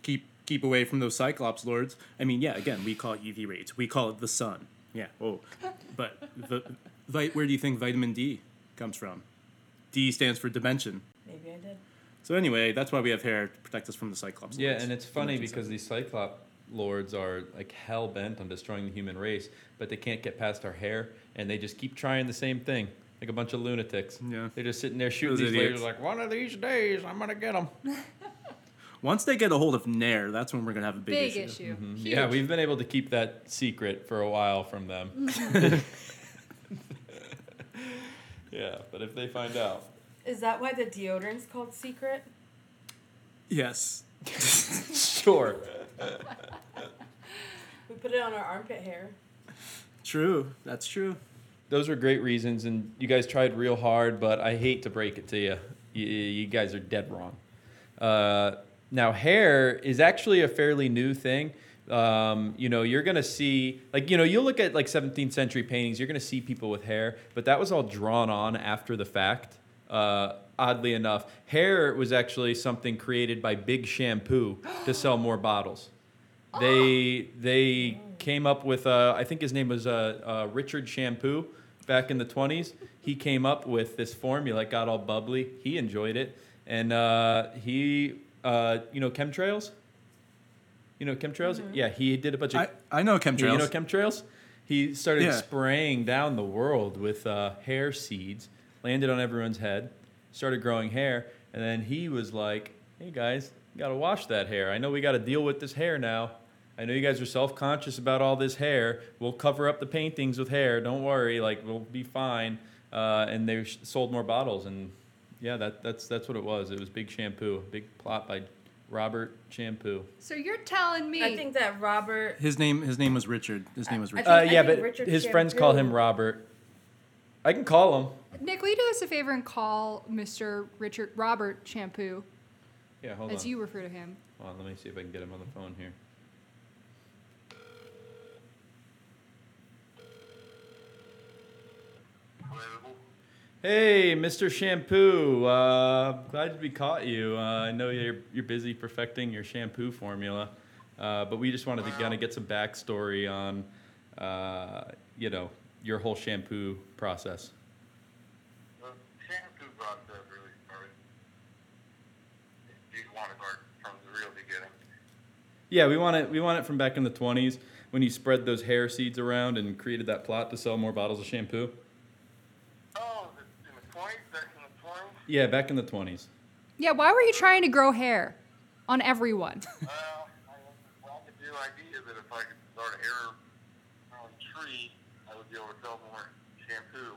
[SPEAKER 1] keep keep away from those cyclops lords. I mean, yeah, again, we call it UV rays, we call it the sun. Yeah. Oh, but the, vi- where do you think vitamin D comes from? D stands for dimension.
[SPEAKER 4] Maybe I did.
[SPEAKER 1] So anyway, that's why we have hair to protect us from the cyclops.
[SPEAKER 12] Yeah,
[SPEAKER 1] lords.
[SPEAKER 12] and it's funny
[SPEAKER 1] Dimension
[SPEAKER 12] because these cyclop lords are like hell bent on destroying the human race, but they can't get past our hair, and they just keep trying the same thing, like a bunch of lunatics.
[SPEAKER 1] Yeah.
[SPEAKER 12] they're just sitting there shooting
[SPEAKER 1] Those
[SPEAKER 12] these
[SPEAKER 1] idiots.
[SPEAKER 12] lasers, like one of these days I'm gonna get them.
[SPEAKER 1] Once they get a hold of Nair, that's when we're gonna have a big,
[SPEAKER 2] Big,
[SPEAKER 1] issue.
[SPEAKER 2] issue.
[SPEAKER 12] "Mm, Yeah, we've been able to keep that secret for a while from them. yeah, but if they find out,
[SPEAKER 4] Is that why the deodorant's called Secret?
[SPEAKER 1] Yes.
[SPEAKER 12] sure.
[SPEAKER 4] We put it on our armpit hair.
[SPEAKER 1] True. That's true.
[SPEAKER 12] Those were great reasons, and you guys tried real hard, but I hate to break it to you. You, you guys are dead wrong. Uh, now, hair is actually a fairly new thing. Um, you know, you're gonna see, like, you know, you'll look at like 17th century paintings, you're gonna see people with hair, but that was all drawn on after the fact. Uh, oddly enough, hair was actually something created by Big Shampoo to sell more bottles. They they came up with uh, I think his name was uh, uh, Richard Shampoo back in the 20s. He came up with this formula, it got all bubbly. He enjoyed it, and uh, he uh, you know chemtrails. You know chemtrails? Yeah, he did a bunch of
[SPEAKER 1] I, I know chemtrails.
[SPEAKER 12] yeah, you know chemtrails? He started
[SPEAKER 1] Yeah.
[SPEAKER 12] spraying down the world with uh, hair seeds, landed on everyone's head, started growing hair, and then he was like, hey guys, you gotta wash that hair. I know we gotta deal with this hair now. I know you guys are self conscious about all this hair. We'll cover up the paintings with hair. Don't worry, like, we'll be fine. Uh, and they sh- sold more bottles, and yeah, that, that's that's what it was. It was Big Shampoo, big plot by Robert Shampoo.
[SPEAKER 2] So you're telling me
[SPEAKER 4] I think that Robert.
[SPEAKER 1] his name his name was Richard. His name was
[SPEAKER 4] I- I
[SPEAKER 1] Richard.
[SPEAKER 12] Uh,
[SPEAKER 4] think-
[SPEAKER 12] yeah,
[SPEAKER 4] think
[SPEAKER 12] but
[SPEAKER 4] Richard
[SPEAKER 12] his friends call him
[SPEAKER 4] Shampoo-
[SPEAKER 12] Robert. I can call him.
[SPEAKER 2] Nick, will you do us a favor and call Mr. Richard Robert Shampoo,
[SPEAKER 12] Yeah, hold
[SPEAKER 2] as
[SPEAKER 12] on.
[SPEAKER 2] you refer to him?
[SPEAKER 12] Hold on. Let me see if I can get him on the phone here.
[SPEAKER 17] Hello.
[SPEAKER 12] Hey, Mr. Shampoo. Uh, glad we caught you. Uh, I know you're, you're busy perfecting your shampoo formula, uh, but we just wanted to kind of get some backstory on, uh, you know, your whole shampoo process.
[SPEAKER 17] The shampoo process really started. You want to start from the real beginning.
[SPEAKER 12] Yeah, we want it. We want it from back in the twenties when you spread those hair seeds around and created that plot to sell more bottles of shampoo.
[SPEAKER 17] Oh, the, in the 20s? Back in the 20s?
[SPEAKER 12] Yeah, back in the twenties.
[SPEAKER 2] Yeah, why were you trying to grow hair on everyone?
[SPEAKER 17] Well, I had the new idea that if I could start a hair growing tree, I would be able to sell more shampoo.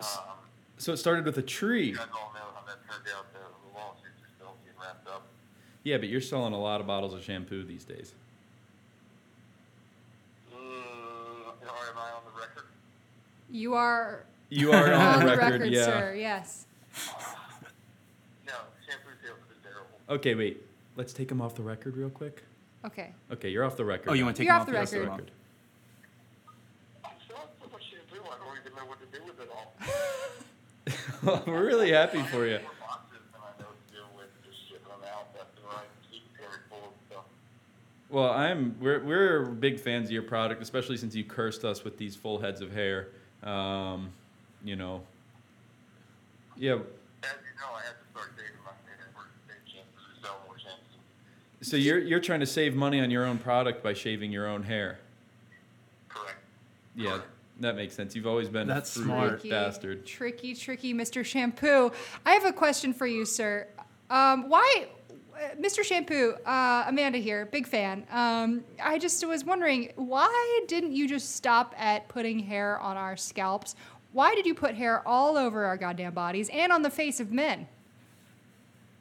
[SPEAKER 17] Um,
[SPEAKER 12] So it started with a
[SPEAKER 17] you
[SPEAKER 12] tree.
[SPEAKER 17] guys all know how that turned out. The, the lawsuits are still being wrapped up.
[SPEAKER 12] Yeah, but you're selling a lot of bottles of shampoo these days.
[SPEAKER 17] Mm, or am I on the record?
[SPEAKER 2] you are uh,
[SPEAKER 12] You
[SPEAKER 2] on
[SPEAKER 12] are on
[SPEAKER 2] the
[SPEAKER 12] record,
[SPEAKER 2] record,
[SPEAKER 12] yeah.
[SPEAKER 2] sir. Yes.
[SPEAKER 17] No, shampoo sales have been terrible.
[SPEAKER 12] Okay, wait. Let's take him off the record real quick.
[SPEAKER 2] Okay.
[SPEAKER 12] Okay, you're off the record.
[SPEAKER 1] Oh, you
[SPEAKER 12] now.
[SPEAKER 1] want to take
[SPEAKER 2] You're
[SPEAKER 1] him
[SPEAKER 2] off the
[SPEAKER 1] yes,
[SPEAKER 2] record.
[SPEAKER 1] they're off.
[SPEAKER 17] I'm selling so much shampoo, I don't even know what to do with it all.
[SPEAKER 12] We're really happy for you.
[SPEAKER 17] More boxes than I know what to do with, just shipping them out left and right, keep carrying full of stuff.
[SPEAKER 12] Well, I'm we're we're big fans of your product, especially since you cursed us with these full heads of hair. Um, you know. Yeah.
[SPEAKER 17] As you know, I had to start dating my network and chances to sell more shampoo.
[SPEAKER 12] So you're you're trying to save money on your own product by shaving your own hair.
[SPEAKER 17] Correct.
[SPEAKER 12] Yeah, that makes sense. You've always been
[SPEAKER 1] That's
[SPEAKER 12] a frugal
[SPEAKER 1] smart.
[SPEAKER 2] Tricky,
[SPEAKER 12] bastard.
[SPEAKER 2] Tricky, tricky, Mr. Shampoo. I have a question for you, sir. Um, why, uh, Mr. Shampoo? Uh, Amanda here, big fan. Um, I just was wondering why didn't you just stop at putting hair on our scalps? Why did you put hair all over our goddamn bodies and on the face of men?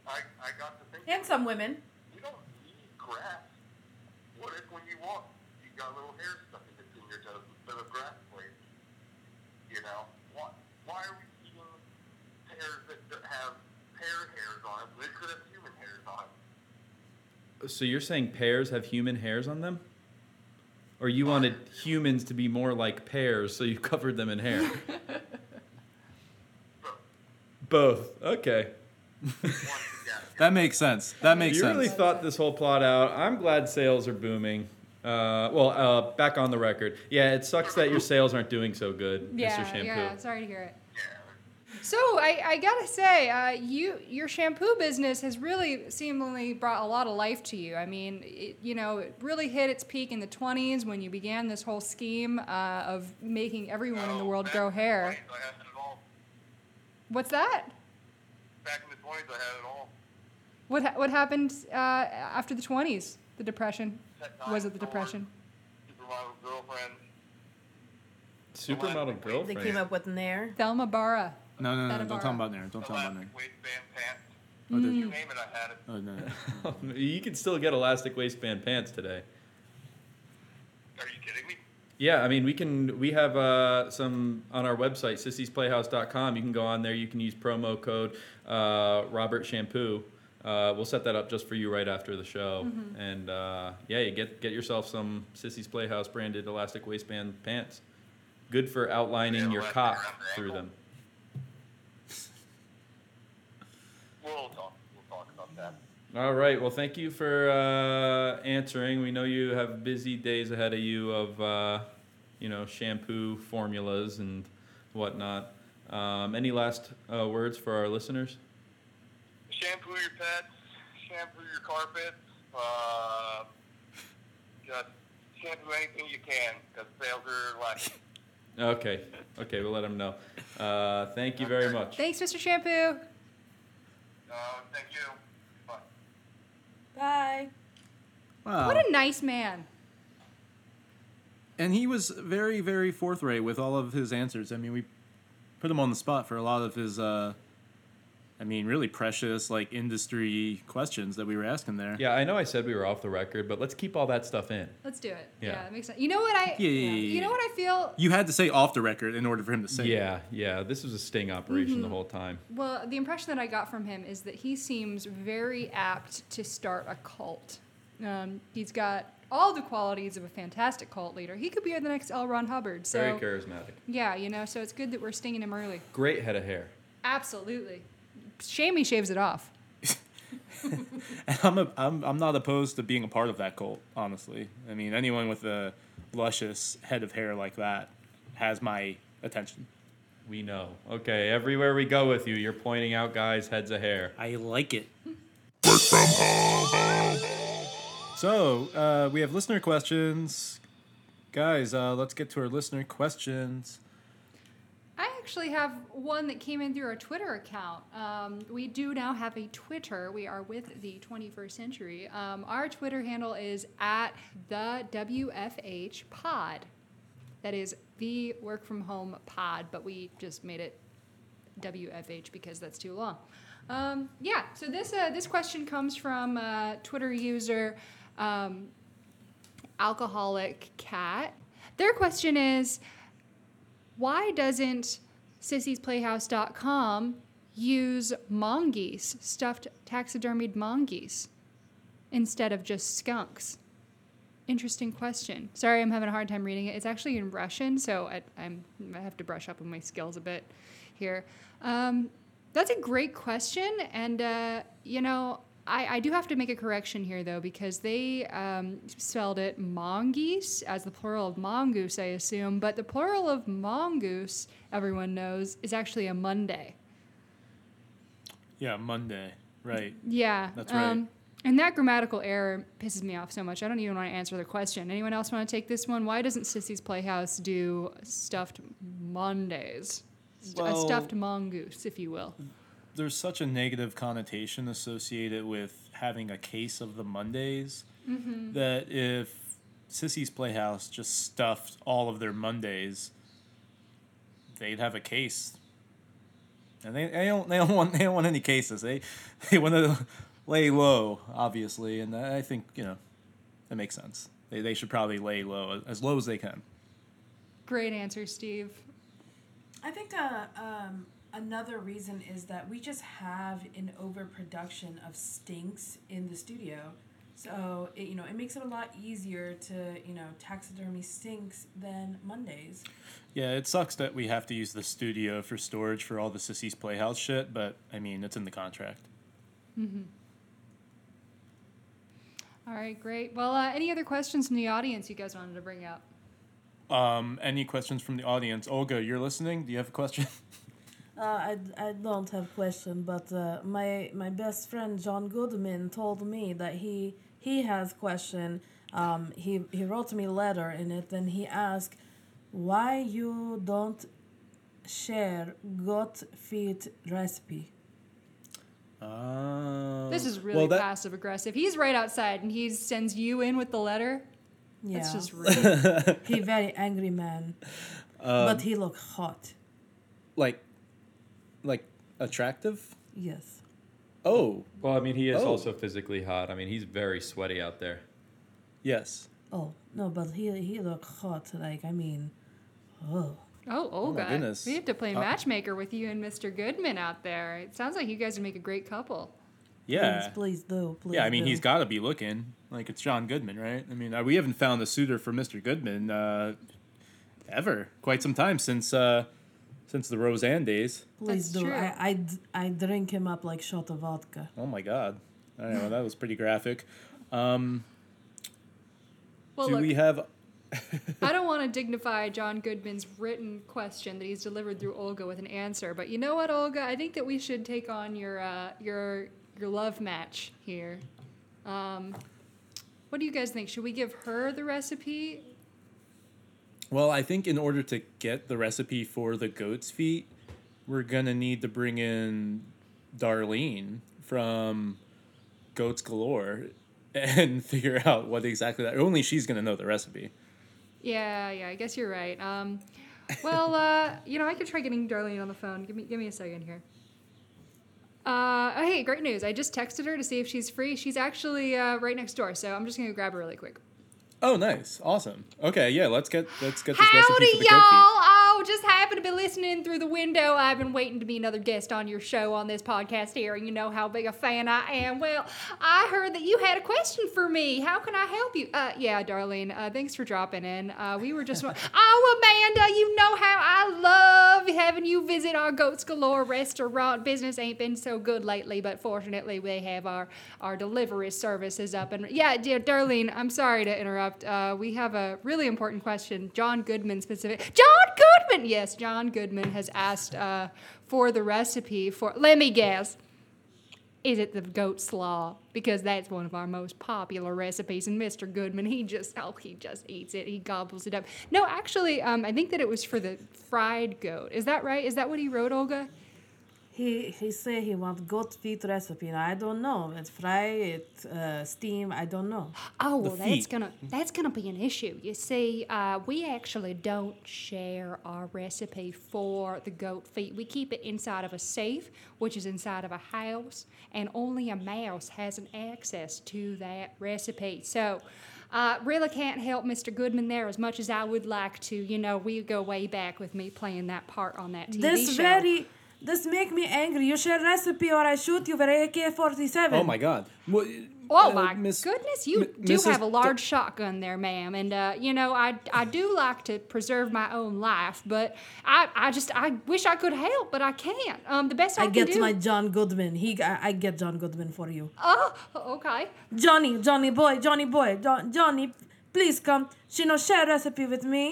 [SPEAKER 17] I, I got to thinking,
[SPEAKER 4] And some women.
[SPEAKER 17] you don't need grass. What if when you walk, you got little hair stuck in between your toes instead of grass blades? You know, why, why are we eating hairs that, that have hair hairs on it? They could have human hairs on it.
[SPEAKER 12] So you're saying pears have human hairs on them? Or you wanted humans to be more like pears, so you covered them in hair? Both. Okay.
[SPEAKER 1] That makes sense. That makes
[SPEAKER 12] you
[SPEAKER 1] sense.
[SPEAKER 12] really thought this whole plot out. I'm glad sales are booming. Uh, well, uh, back on the record. Yeah, it sucks that your sales aren't doing so good,
[SPEAKER 2] Yeah,
[SPEAKER 12] Mr. Shampoo.
[SPEAKER 2] yeah. Sorry to hear it. So I, I gotta say, uh, you your shampoo business has really seemingly brought a lot of life to you. I mean, it, you know, it really hit its peak in the '20s when you began this whole scheme uh, of making everyone in the
[SPEAKER 17] Oh,
[SPEAKER 2] world
[SPEAKER 17] back
[SPEAKER 2] grow
[SPEAKER 17] in the
[SPEAKER 2] hair.
[SPEAKER 17] 20s, I had it all.
[SPEAKER 2] What's that?
[SPEAKER 17] Back in the 20s, I had it all.
[SPEAKER 2] What ha- what happened uh, after the '20s? The depression. Was it the depression?
[SPEAKER 17] Supermodel girlfriend.
[SPEAKER 12] Supermodel
[SPEAKER 4] They
[SPEAKER 12] girlfriend.
[SPEAKER 4] came up with Nair.
[SPEAKER 2] Thelma Barra.
[SPEAKER 1] no, no, no,
[SPEAKER 2] That
[SPEAKER 1] no. Don't
[SPEAKER 2] Avara.
[SPEAKER 1] talk about Nair. Don't talk about Nair.
[SPEAKER 17] Elastic waistband pants.
[SPEAKER 1] Oh, did-
[SPEAKER 17] You name it, I had it.
[SPEAKER 1] oh, no.
[SPEAKER 12] you can still get elastic waistband pants today.
[SPEAKER 17] Are you kidding me?
[SPEAKER 12] Yeah, I mean, we can. We have uh, some on our website, sissiesplayhouse.com. You can go on there. You can use promo code uh, Robert Shampoo. Uh, we'll set that up just for you right after the show. And uh, yeah, you get get yourself some Sissy's Playhouse branded elastic waistband pants. Good for outlining
[SPEAKER 17] Yeah,
[SPEAKER 12] your
[SPEAKER 17] elastic
[SPEAKER 12] cock
[SPEAKER 17] around the
[SPEAKER 12] through
[SPEAKER 17] ankle.
[SPEAKER 12] them.
[SPEAKER 17] We'll talk. We'll talk about that.
[SPEAKER 12] All right. Well, thank you for uh, answering. We know you have busy days ahead of you of, uh, you know, shampoo formulas and whatnot. Um, any last uh, words for our listeners?
[SPEAKER 17] Shampoo your pets. Shampoo your carpets. Uh, just shampoo anything you can because sales are lacking.
[SPEAKER 12] Okay. Okay. We'll let them know. Uh, thank you very much.
[SPEAKER 2] Thanks, Mr. Shampoo.
[SPEAKER 17] Uh, thank you. Bye.
[SPEAKER 4] Bye.
[SPEAKER 1] Wow.
[SPEAKER 2] What a nice man.
[SPEAKER 1] and he was very, very forthright with all of his answers. I mean, we put him on the spot for a lot of his, uh, I mean, really precious like industry questions that we were asking there.
[SPEAKER 12] Yeah, I know I said we were off the record, but let's keep all that stuff in.
[SPEAKER 2] Let's do it.
[SPEAKER 12] Yeah.
[SPEAKER 2] Yeah, that makes sense. You know what I?
[SPEAKER 1] Yeah, yeah, yeah,
[SPEAKER 2] You know
[SPEAKER 1] yeah.
[SPEAKER 2] what I feel
[SPEAKER 1] You had to say off the record in order for him to say. it.
[SPEAKER 12] Yeah. Yeah. This was a sting operation the whole time.
[SPEAKER 2] Well, the impression that I got from him is that he seems very apt to start a cult. Um, he's got all the qualities of a fantastic cult leader. He could be the next L. Ron Hubbard. So
[SPEAKER 12] Very charismatic.
[SPEAKER 2] yeah, you know, so it's good that we're stinging him early.
[SPEAKER 12] Great head of hair.
[SPEAKER 2] Absolutely. Shame he shaves it off.
[SPEAKER 1] I'm, a, I'm I'm not opposed to being a part of that cult, honestly. I mean, anyone with a luscious head of hair like that has my attention.
[SPEAKER 12] We know. Okay, everywhere we go with you, you're pointing out guys' heads of hair.
[SPEAKER 1] I like it. So uh, we have listener questions, guys. Uh, let's get to our listener questions.
[SPEAKER 2] I actually have one that came in through our Twitter account. Um, we do now have a Twitter. We are with the 21st century. Um, our Twitter handle is at the WFH pod. That is the work from home pod, but we just made it WFH because that's too long. Um, yeah, so this, uh, this question comes from uh, Twitter user um, Alcoholic Cat. Their question is why doesn't sissiesplayhouse.com use mongoose, stuffed taxidermied mongoose, instead of just skunks? Interesting question. Sorry, I'm having a hard time reading it. It's actually in Russian, so I, I'm, I have to brush up on my skills a bit here. Um, that's a great question, and uh, you know, I, I do have to make a correction here though because they um, spelled it mongoose as the plural of mongoose, I assume, but the plural of mongoose, everyone knows, is actually a Monday.
[SPEAKER 1] Yeah, Monday. Right.
[SPEAKER 2] Yeah, um,
[SPEAKER 1] That's right.
[SPEAKER 2] and that grammatical error pisses me off so much. I don't even want to answer the question. Anyone else want to take this one? Why doesn't Sissy's Playhouse do stuffed Mondays? St- a
[SPEAKER 1] Well-
[SPEAKER 2] stuffed mongoose, if you will.
[SPEAKER 1] There's such a negative connotation associated with having a case of the Mondays that if Sissy's Playhouse just stuffed all of their Mondays, they'd have a case. And they, they don't they don't want they don't want any cases. They they want to lay low, obviously, and I think you know that makes sense. They they should probably lay low as low as they can.
[SPEAKER 2] Great answer, Steve.
[SPEAKER 4] I think uh, um, another reason is that we just have an overproduction of stinks in the studio. So, it, you know, it makes it a lot easier to, you know, taxidermy stinks than Mondays.
[SPEAKER 1] Yeah, it sucks that we have to use the studio for storage for all the Sissy's Playhouse shit, but I mean it's in the contract.
[SPEAKER 2] All right, great. Well, uh, any other questions from the audience you guys wanted to bring up?
[SPEAKER 1] Um, any questions from the audience? Olga, you're listening. Do you have a question?
[SPEAKER 15] Uh, I, I don't have question, but uh, my my best friend John Goodman told me that he he has question. Um, he he wrote me a letter in it, and he asked why you don't share goat feet recipe.
[SPEAKER 1] Uh,
[SPEAKER 2] This is really passive aggressive. He's right outside and he sends you in with the letter.
[SPEAKER 15] Yeah,
[SPEAKER 2] That's just rude.
[SPEAKER 15] he very angry man,
[SPEAKER 1] Um,
[SPEAKER 15] but he look hot.
[SPEAKER 14] Like, like attractive?
[SPEAKER 15] Yes.
[SPEAKER 14] Oh,
[SPEAKER 12] Well, I mean, he is
[SPEAKER 14] Oh.
[SPEAKER 12] also physically hot. I mean, he's very sweaty out there.
[SPEAKER 14] yes.
[SPEAKER 15] Oh no, but he he look hot. Like I mean, oh.
[SPEAKER 2] oh, Olga.
[SPEAKER 14] goodness.
[SPEAKER 2] We have to play
[SPEAKER 1] Uh,
[SPEAKER 2] matchmaker with you and Mr. Goodman out there. It sounds like you guys would make a great couple.
[SPEAKER 1] Yeah.
[SPEAKER 15] Please, please do. Please
[SPEAKER 1] Yeah, I mean,
[SPEAKER 15] do.
[SPEAKER 1] he's got to be looking. Like, it's John Goodman, right? I mean, uh, we haven't found a suitor for Mr. Goodman uh, ever. Quite some time since uh, since the Roseanne days.
[SPEAKER 15] Please
[SPEAKER 2] That's
[SPEAKER 15] do.
[SPEAKER 2] true.
[SPEAKER 15] I, I, d- I drink him up like shot of vodka.
[SPEAKER 1] Oh, my God. I don't know. That was pretty graphic. Um,
[SPEAKER 2] Well,
[SPEAKER 1] do
[SPEAKER 2] look,
[SPEAKER 1] we have.
[SPEAKER 2] I don't want to dignify John Goodman's written question that he's delivered through Olga with an answer, but you know what, Olga? I think that we should take on your uh, your your love match here. Um, what do you guys think? Should we give her the recipe?
[SPEAKER 1] Well, I think in order to get the recipe for the goat's feet, we're going to need to bring in Darlene from Goats Galore and figure out what exactly that. Only she's going to know the recipe.
[SPEAKER 2] Yeah, yeah. I guess you're right. Um, well, uh, you know, I could try getting Darlene on the phone. Give me, give me a second here. Uh, oh, hey, great news! I just texted her to see if she's free. She's actually uh, right next door, so I'm just gonna grab her really quick.
[SPEAKER 1] Oh, nice, awesome. Okay, yeah, let's get let's get this
[SPEAKER 2] Howdy,
[SPEAKER 1] recipe
[SPEAKER 2] y'all!
[SPEAKER 1] for the goat
[SPEAKER 2] Oh, just happened to be listening through the window. I've been waiting to be another guest on your show on this podcast here, and you know how big a fan I am. Well, I heard that you had a question for me. How can I help you? Uh, yeah, darling. Uh, thanhanks for dropping in. Uh, we were just. oh, Amanda, you know how I love having you visit our Goats Galore restaurant. Business ain't been so good lately, but fortunately we have our our delivery services up and yeah, dear Darlene, I'm sorry to interrupt. Uh, we have a really important question. John Goodman specific. John Goodman, yes, John Goodman has asked uh, for the recipe for. Let me guess. Is it the goat slaw? Because that's one of our most popular recipes, and Mr. Goodman, he just oh, he just eats it, he gobbles it up. No, actually, um, I think that it was for the fried goat. Is that right? Is that what he wrote, Olga?
[SPEAKER 15] He he say he want goat feet recipe. Now, I don't know. It's fry, it uh, steam. I don't know.
[SPEAKER 2] Oh well, that's
[SPEAKER 15] feet.
[SPEAKER 2] gonna that's gonna be an issue. You see, uh, we actually don't share our recipe for the goat feet. We keep it inside of a safe, which is inside of a house, and only a mouse has an access to that recipe. So. Uh, really can't help Mr. Goodman there as much as I would like to. You know, we go way back with me playing that part on that TV
[SPEAKER 15] this
[SPEAKER 2] show.
[SPEAKER 15] very this make me angry. You share recipe or I shoot you with AK forty seven.
[SPEAKER 1] Oh my god. Well, Uh,
[SPEAKER 2] Oh my goodness, you
[SPEAKER 1] M-
[SPEAKER 2] do
[SPEAKER 1] Mrs.
[SPEAKER 2] have a large shotgun there, ma'am. And uh, you know, I I do like to preserve my own life, but I, I just I wish I could help, but I can't. Um, the best I,
[SPEAKER 15] I
[SPEAKER 2] can
[SPEAKER 15] get
[SPEAKER 2] do.
[SPEAKER 15] my John Goodman. He I, I get John Goodman for you.
[SPEAKER 2] oh, okay.
[SPEAKER 15] Johnny, Johnny boy, Johnny boy, John, Johnny, please come. She no share recipe with me.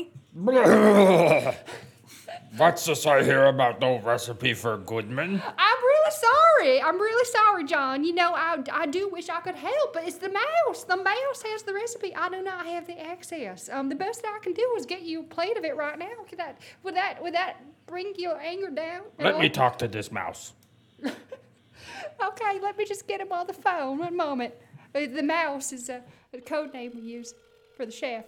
[SPEAKER 18] What's this I hear about no recipe for Goodman?
[SPEAKER 2] I'm really sorry. I'm really sorry, John. You know, I, I do wish I could help, but it's the mouse. The mouse has the recipe. I do not have the access. Um, the best that I can do is get you a plate of it right now. Could that would that would that bring your anger down? at
[SPEAKER 18] Let me
[SPEAKER 2] all?
[SPEAKER 18] talk to this mouse.
[SPEAKER 2] Okay, let me just get him on the phone. One moment. Uh, The mouse is a, a code name we use for the chef.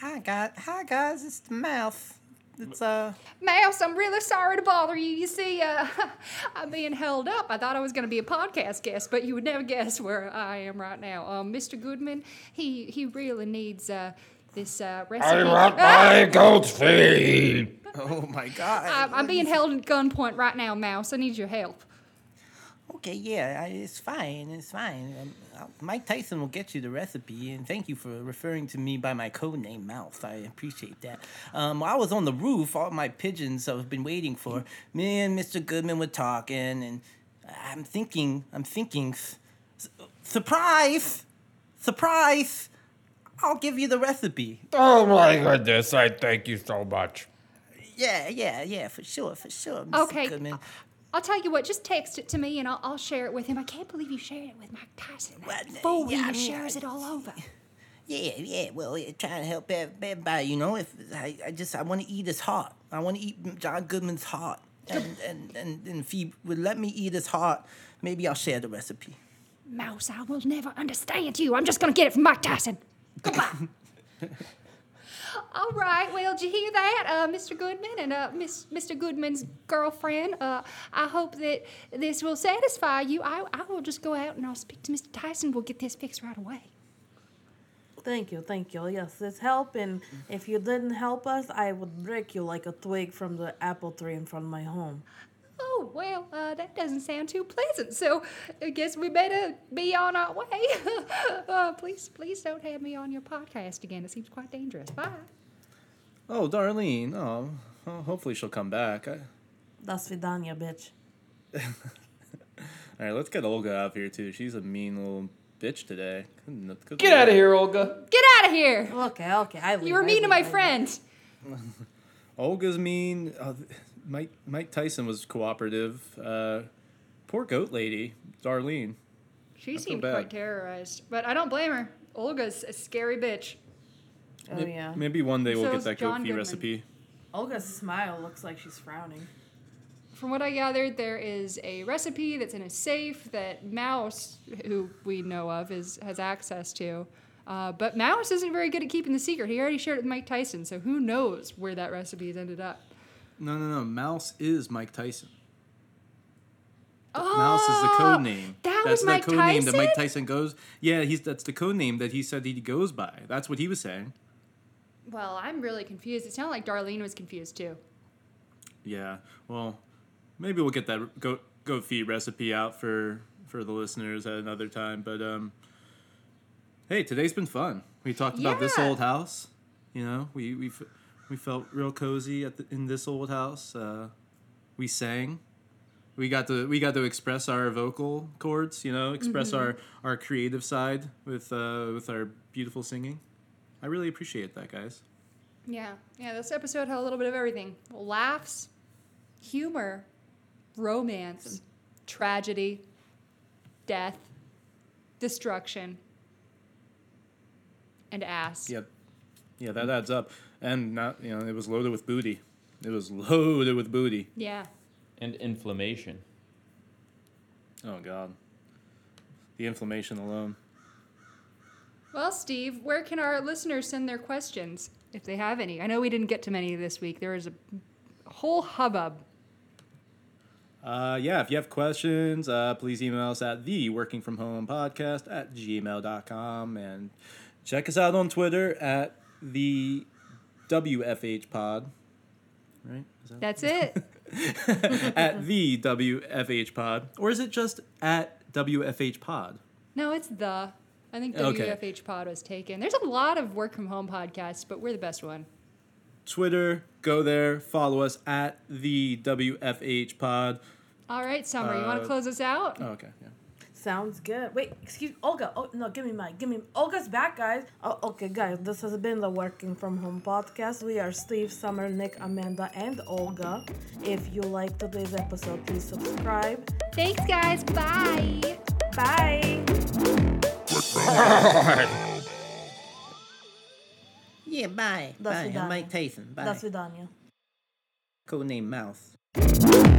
[SPEAKER 14] Hi guys, hi guys, it's the mouth. It's uh.
[SPEAKER 2] Mouse, I'm really sorry to bother you. You see, uh, I'm being held up. I thought I was going to be a podcast guest, but you would never guess where I am right now. Um, Mr. Goodman, he he really needs uh, this uh, recipe.
[SPEAKER 18] I want
[SPEAKER 2] Ah!
[SPEAKER 18] my goat's feet.
[SPEAKER 14] Oh my god.
[SPEAKER 2] I'm, I'm being held at gunpoint right now, Mouse. I need your help.
[SPEAKER 14] Okay, yeah, I- it's fine, it's fine. Um, uh, Mike Tyson will get you the recipe, and thank you for referring to me by my code name, Mouth. I appreciate that. Um, while I was on the roof, all my pigeons I've been waiting for. Me and Mr. Goodman were talking, and I'm thinking, I'm thinking, s- s- surprise, surprise. I'll give you the recipe.
[SPEAKER 18] Oh my goodness, I thank you so much.
[SPEAKER 14] Yeah, yeah, yeah, for sure, for sure, Mr.
[SPEAKER 2] Okay.
[SPEAKER 14] Goodman.
[SPEAKER 2] I'll tell you what, just text it to me and I'll, I'll share it with him. I can't believe you shared it with Mike Tyson. Fool
[SPEAKER 14] yeah,
[SPEAKER 2] you,
[SPEAKER 14] I
[SPEAKER 2] he
[SPEAKER 14] mean,
[SPEAKER 2] shares
[SPEAKER 14] I-
[SPEAKER 2] it all over.
[SPEAKER 14] Yeah, yeah. Well, yeah, trying to help ev- everybody, you know. If I, I just I want to eat his heart. I want to eat John Goodman's heart. And, and and and if he would let me eat his heart, maybe I'll share the recipe.
[SPEAKER 2] Mouse, I will never understand you. I'm just going to get it from Mike Tyson. Goodbye. All right. Well, did you hear that, uh, Mr. Goodman and uh, Miss, Mr. Goodman's girlfriend? Uh, I hope that this will satisfy you. I, I will just go out and I'll speak to Mr. Tyson. We'll get this fixed right away.
[SPEAKER 15] Thank you, thank you. Yes, this help, and if you didn't help us, I would break you like a twig from the apple tree in front of my home.
[SPEAKER 2] Oh, well, uh, that doesn't sound too pleasant, so I guess we better be on our way. uh, please, please don't have me on your podcast again. It seems quite dangerous. Bye.
[SPEAKER 1] feet. Oh, Darlene. Oh, ho- hopefully she'll come back. I, all
[SPEAKER 15] Das vidania, bitch.
[SPEAKER 1] right, let's get Olga out of here too. She's a mean little bitch today. Good- good
[SPEAKER 12] Get
[SPEAKER 1] lord.
[SPEAKER 12] out of here, Olga.
[SPEAKER 2] Get out of here!
[SPEAKER 15] Okay, okay, I
[SPEAKER 2] You were mean to my friend.
[SPEAKER 1] Olga's mean. Uh, Mike Mike Tyson was cooperative. Uh, poor goat lady, Darlene.
[SPEAKER 2] She
[SPEAKER 1] I feel
[SPEAKER 2] seemed
[SPEAKER 1] bad.
[SPEAKER 2] quite terrorized, but I don't blame her. Olga's a scary bitch.
[SPEAKER 4] Oh,
[SPEAKER 1] May-
[SPEAKER 4] yeah.
[SPEAKER 1] Maybe one day we'll
[SPEAKER 2] So
[SPEAKER 1] get
[SPEAKER 2] is
[SPEAKER 1] that
[SPEAKER 2] John
[SPEAKER 1] goat fee
[SPEAKER 2] Goodman.
[SPEAKER 1] recipe.
[SPEAKER 4] Olga's smile looks like she's frowning.
[SPEAKER 2] From what I gathered, there is a recipe that's in a safe that Mouse, who we know of, is has access to. Uh, but Mouse isn't very good at keeping the secret. He already shared it with Mike Tyson, so who knows where that recipe has ended up.
[SPEAKER 1] No, no, no. Mouse is Mike Tyson.
[SPEAKER 2] Oh,
[SPEAKER 1] Mouse Alice is the code name.
[SPEAKER 2] That
[SPEAKER 1] that's
[SPEAKER 2] was Mike
[SPEAKER 1] the code name that Mike
[SPEAKER 2] Tyson?
[SPEAKER 1] Tyson goes. Yeah, he's that's the code name that he said he goes by. That's what he was saying.
[SPEAKER 2] Well, I'm really confused. It sounded like Darlene was confused too.
[SPEAKER 1] Yeah. Well, maybe we'll get that goat goat feet recipe out for for the listeners at another time. But um, hey, today's been fun. We talked about this
[SPEAKER 2] Yeah.
[SPEAKER 1] old house. You know, we we f- we felt real cozy at the, in this old house. Uh, we sang. We got to we got to express our vocal cords. You know, express
[SPEAKER 2] Mhm.
[SPEAKER 1] our our creative side with uh, with our beautiful singing. I really appreciate that, guys.
[SPEAKER 2] Yeah, yeah. This episode had a little bit of everything: laughs, humor, romance, tragedy, death, destruction, and ass.
[SPEAKER 1] Yep. Yeah, that adds up. And not you know, it was loaded with booty. It was loaded with booty.
[SPEAKER 2] Yeah.
[SPEAKER 12] And inflammation.
[SPEAKER 1] Oh god. The inflammation alone.
[SPEAKER 2] Well, Steve, where can our listeners send their questions if they have any? I know we didn't get to many this week. There was a whole hubbub.
[SPEAKER 1] Uh, yeah, if you have questions, uh, please email us at the working from home podcast at gmail.com and check us out on Twitter at the WFH pod. Right? Is that-
[SPEAKER 2] That's it.
[SPEAKER 1] at the WFH pod. Or is it just at WFH pod?
[SPEAKER 2] No, it's the. I think
[SPEAKER 1] Okay.
[SPEAKER 2] WFH Pod was taken. There's a lot of work from home podcasts, but we're the best one.
[SPEAKER 1] Twitter, go there, follow us at the WFH pod.
[SPEAKER 2] All right, Summer, you want
[SPEAKER 1] Uh,
[SPEAKER 2] to close us out?
[SPEAKER 1] Oh, okay. Yeah.
[SPEAKER 4] Sounds good. Wait, excuse Olga. Oh no, give me mine. Give me Olga's back, guys.
[SPEAKER 15] Oh, okay, guys, this has been the Working From Home podcast. We are Steve, Summer, Nick, Amanda, and Olga. If you like today's episode, please subscribe.
[SPEAKER 2] Thanks, guys. Bye.
[SPEAKER 15] Bye.
[SPEAKER 14] Yeah, bye.
[SPEAKER 15] До
[SPEAKER 14] bye. I'm
[SPEAKER 15] свидания.
[SPEAKER 14] Mike Tyson. Bye.
[SPEAKER 15] До свидания.
[SPEAKER 14] Codename Mouth.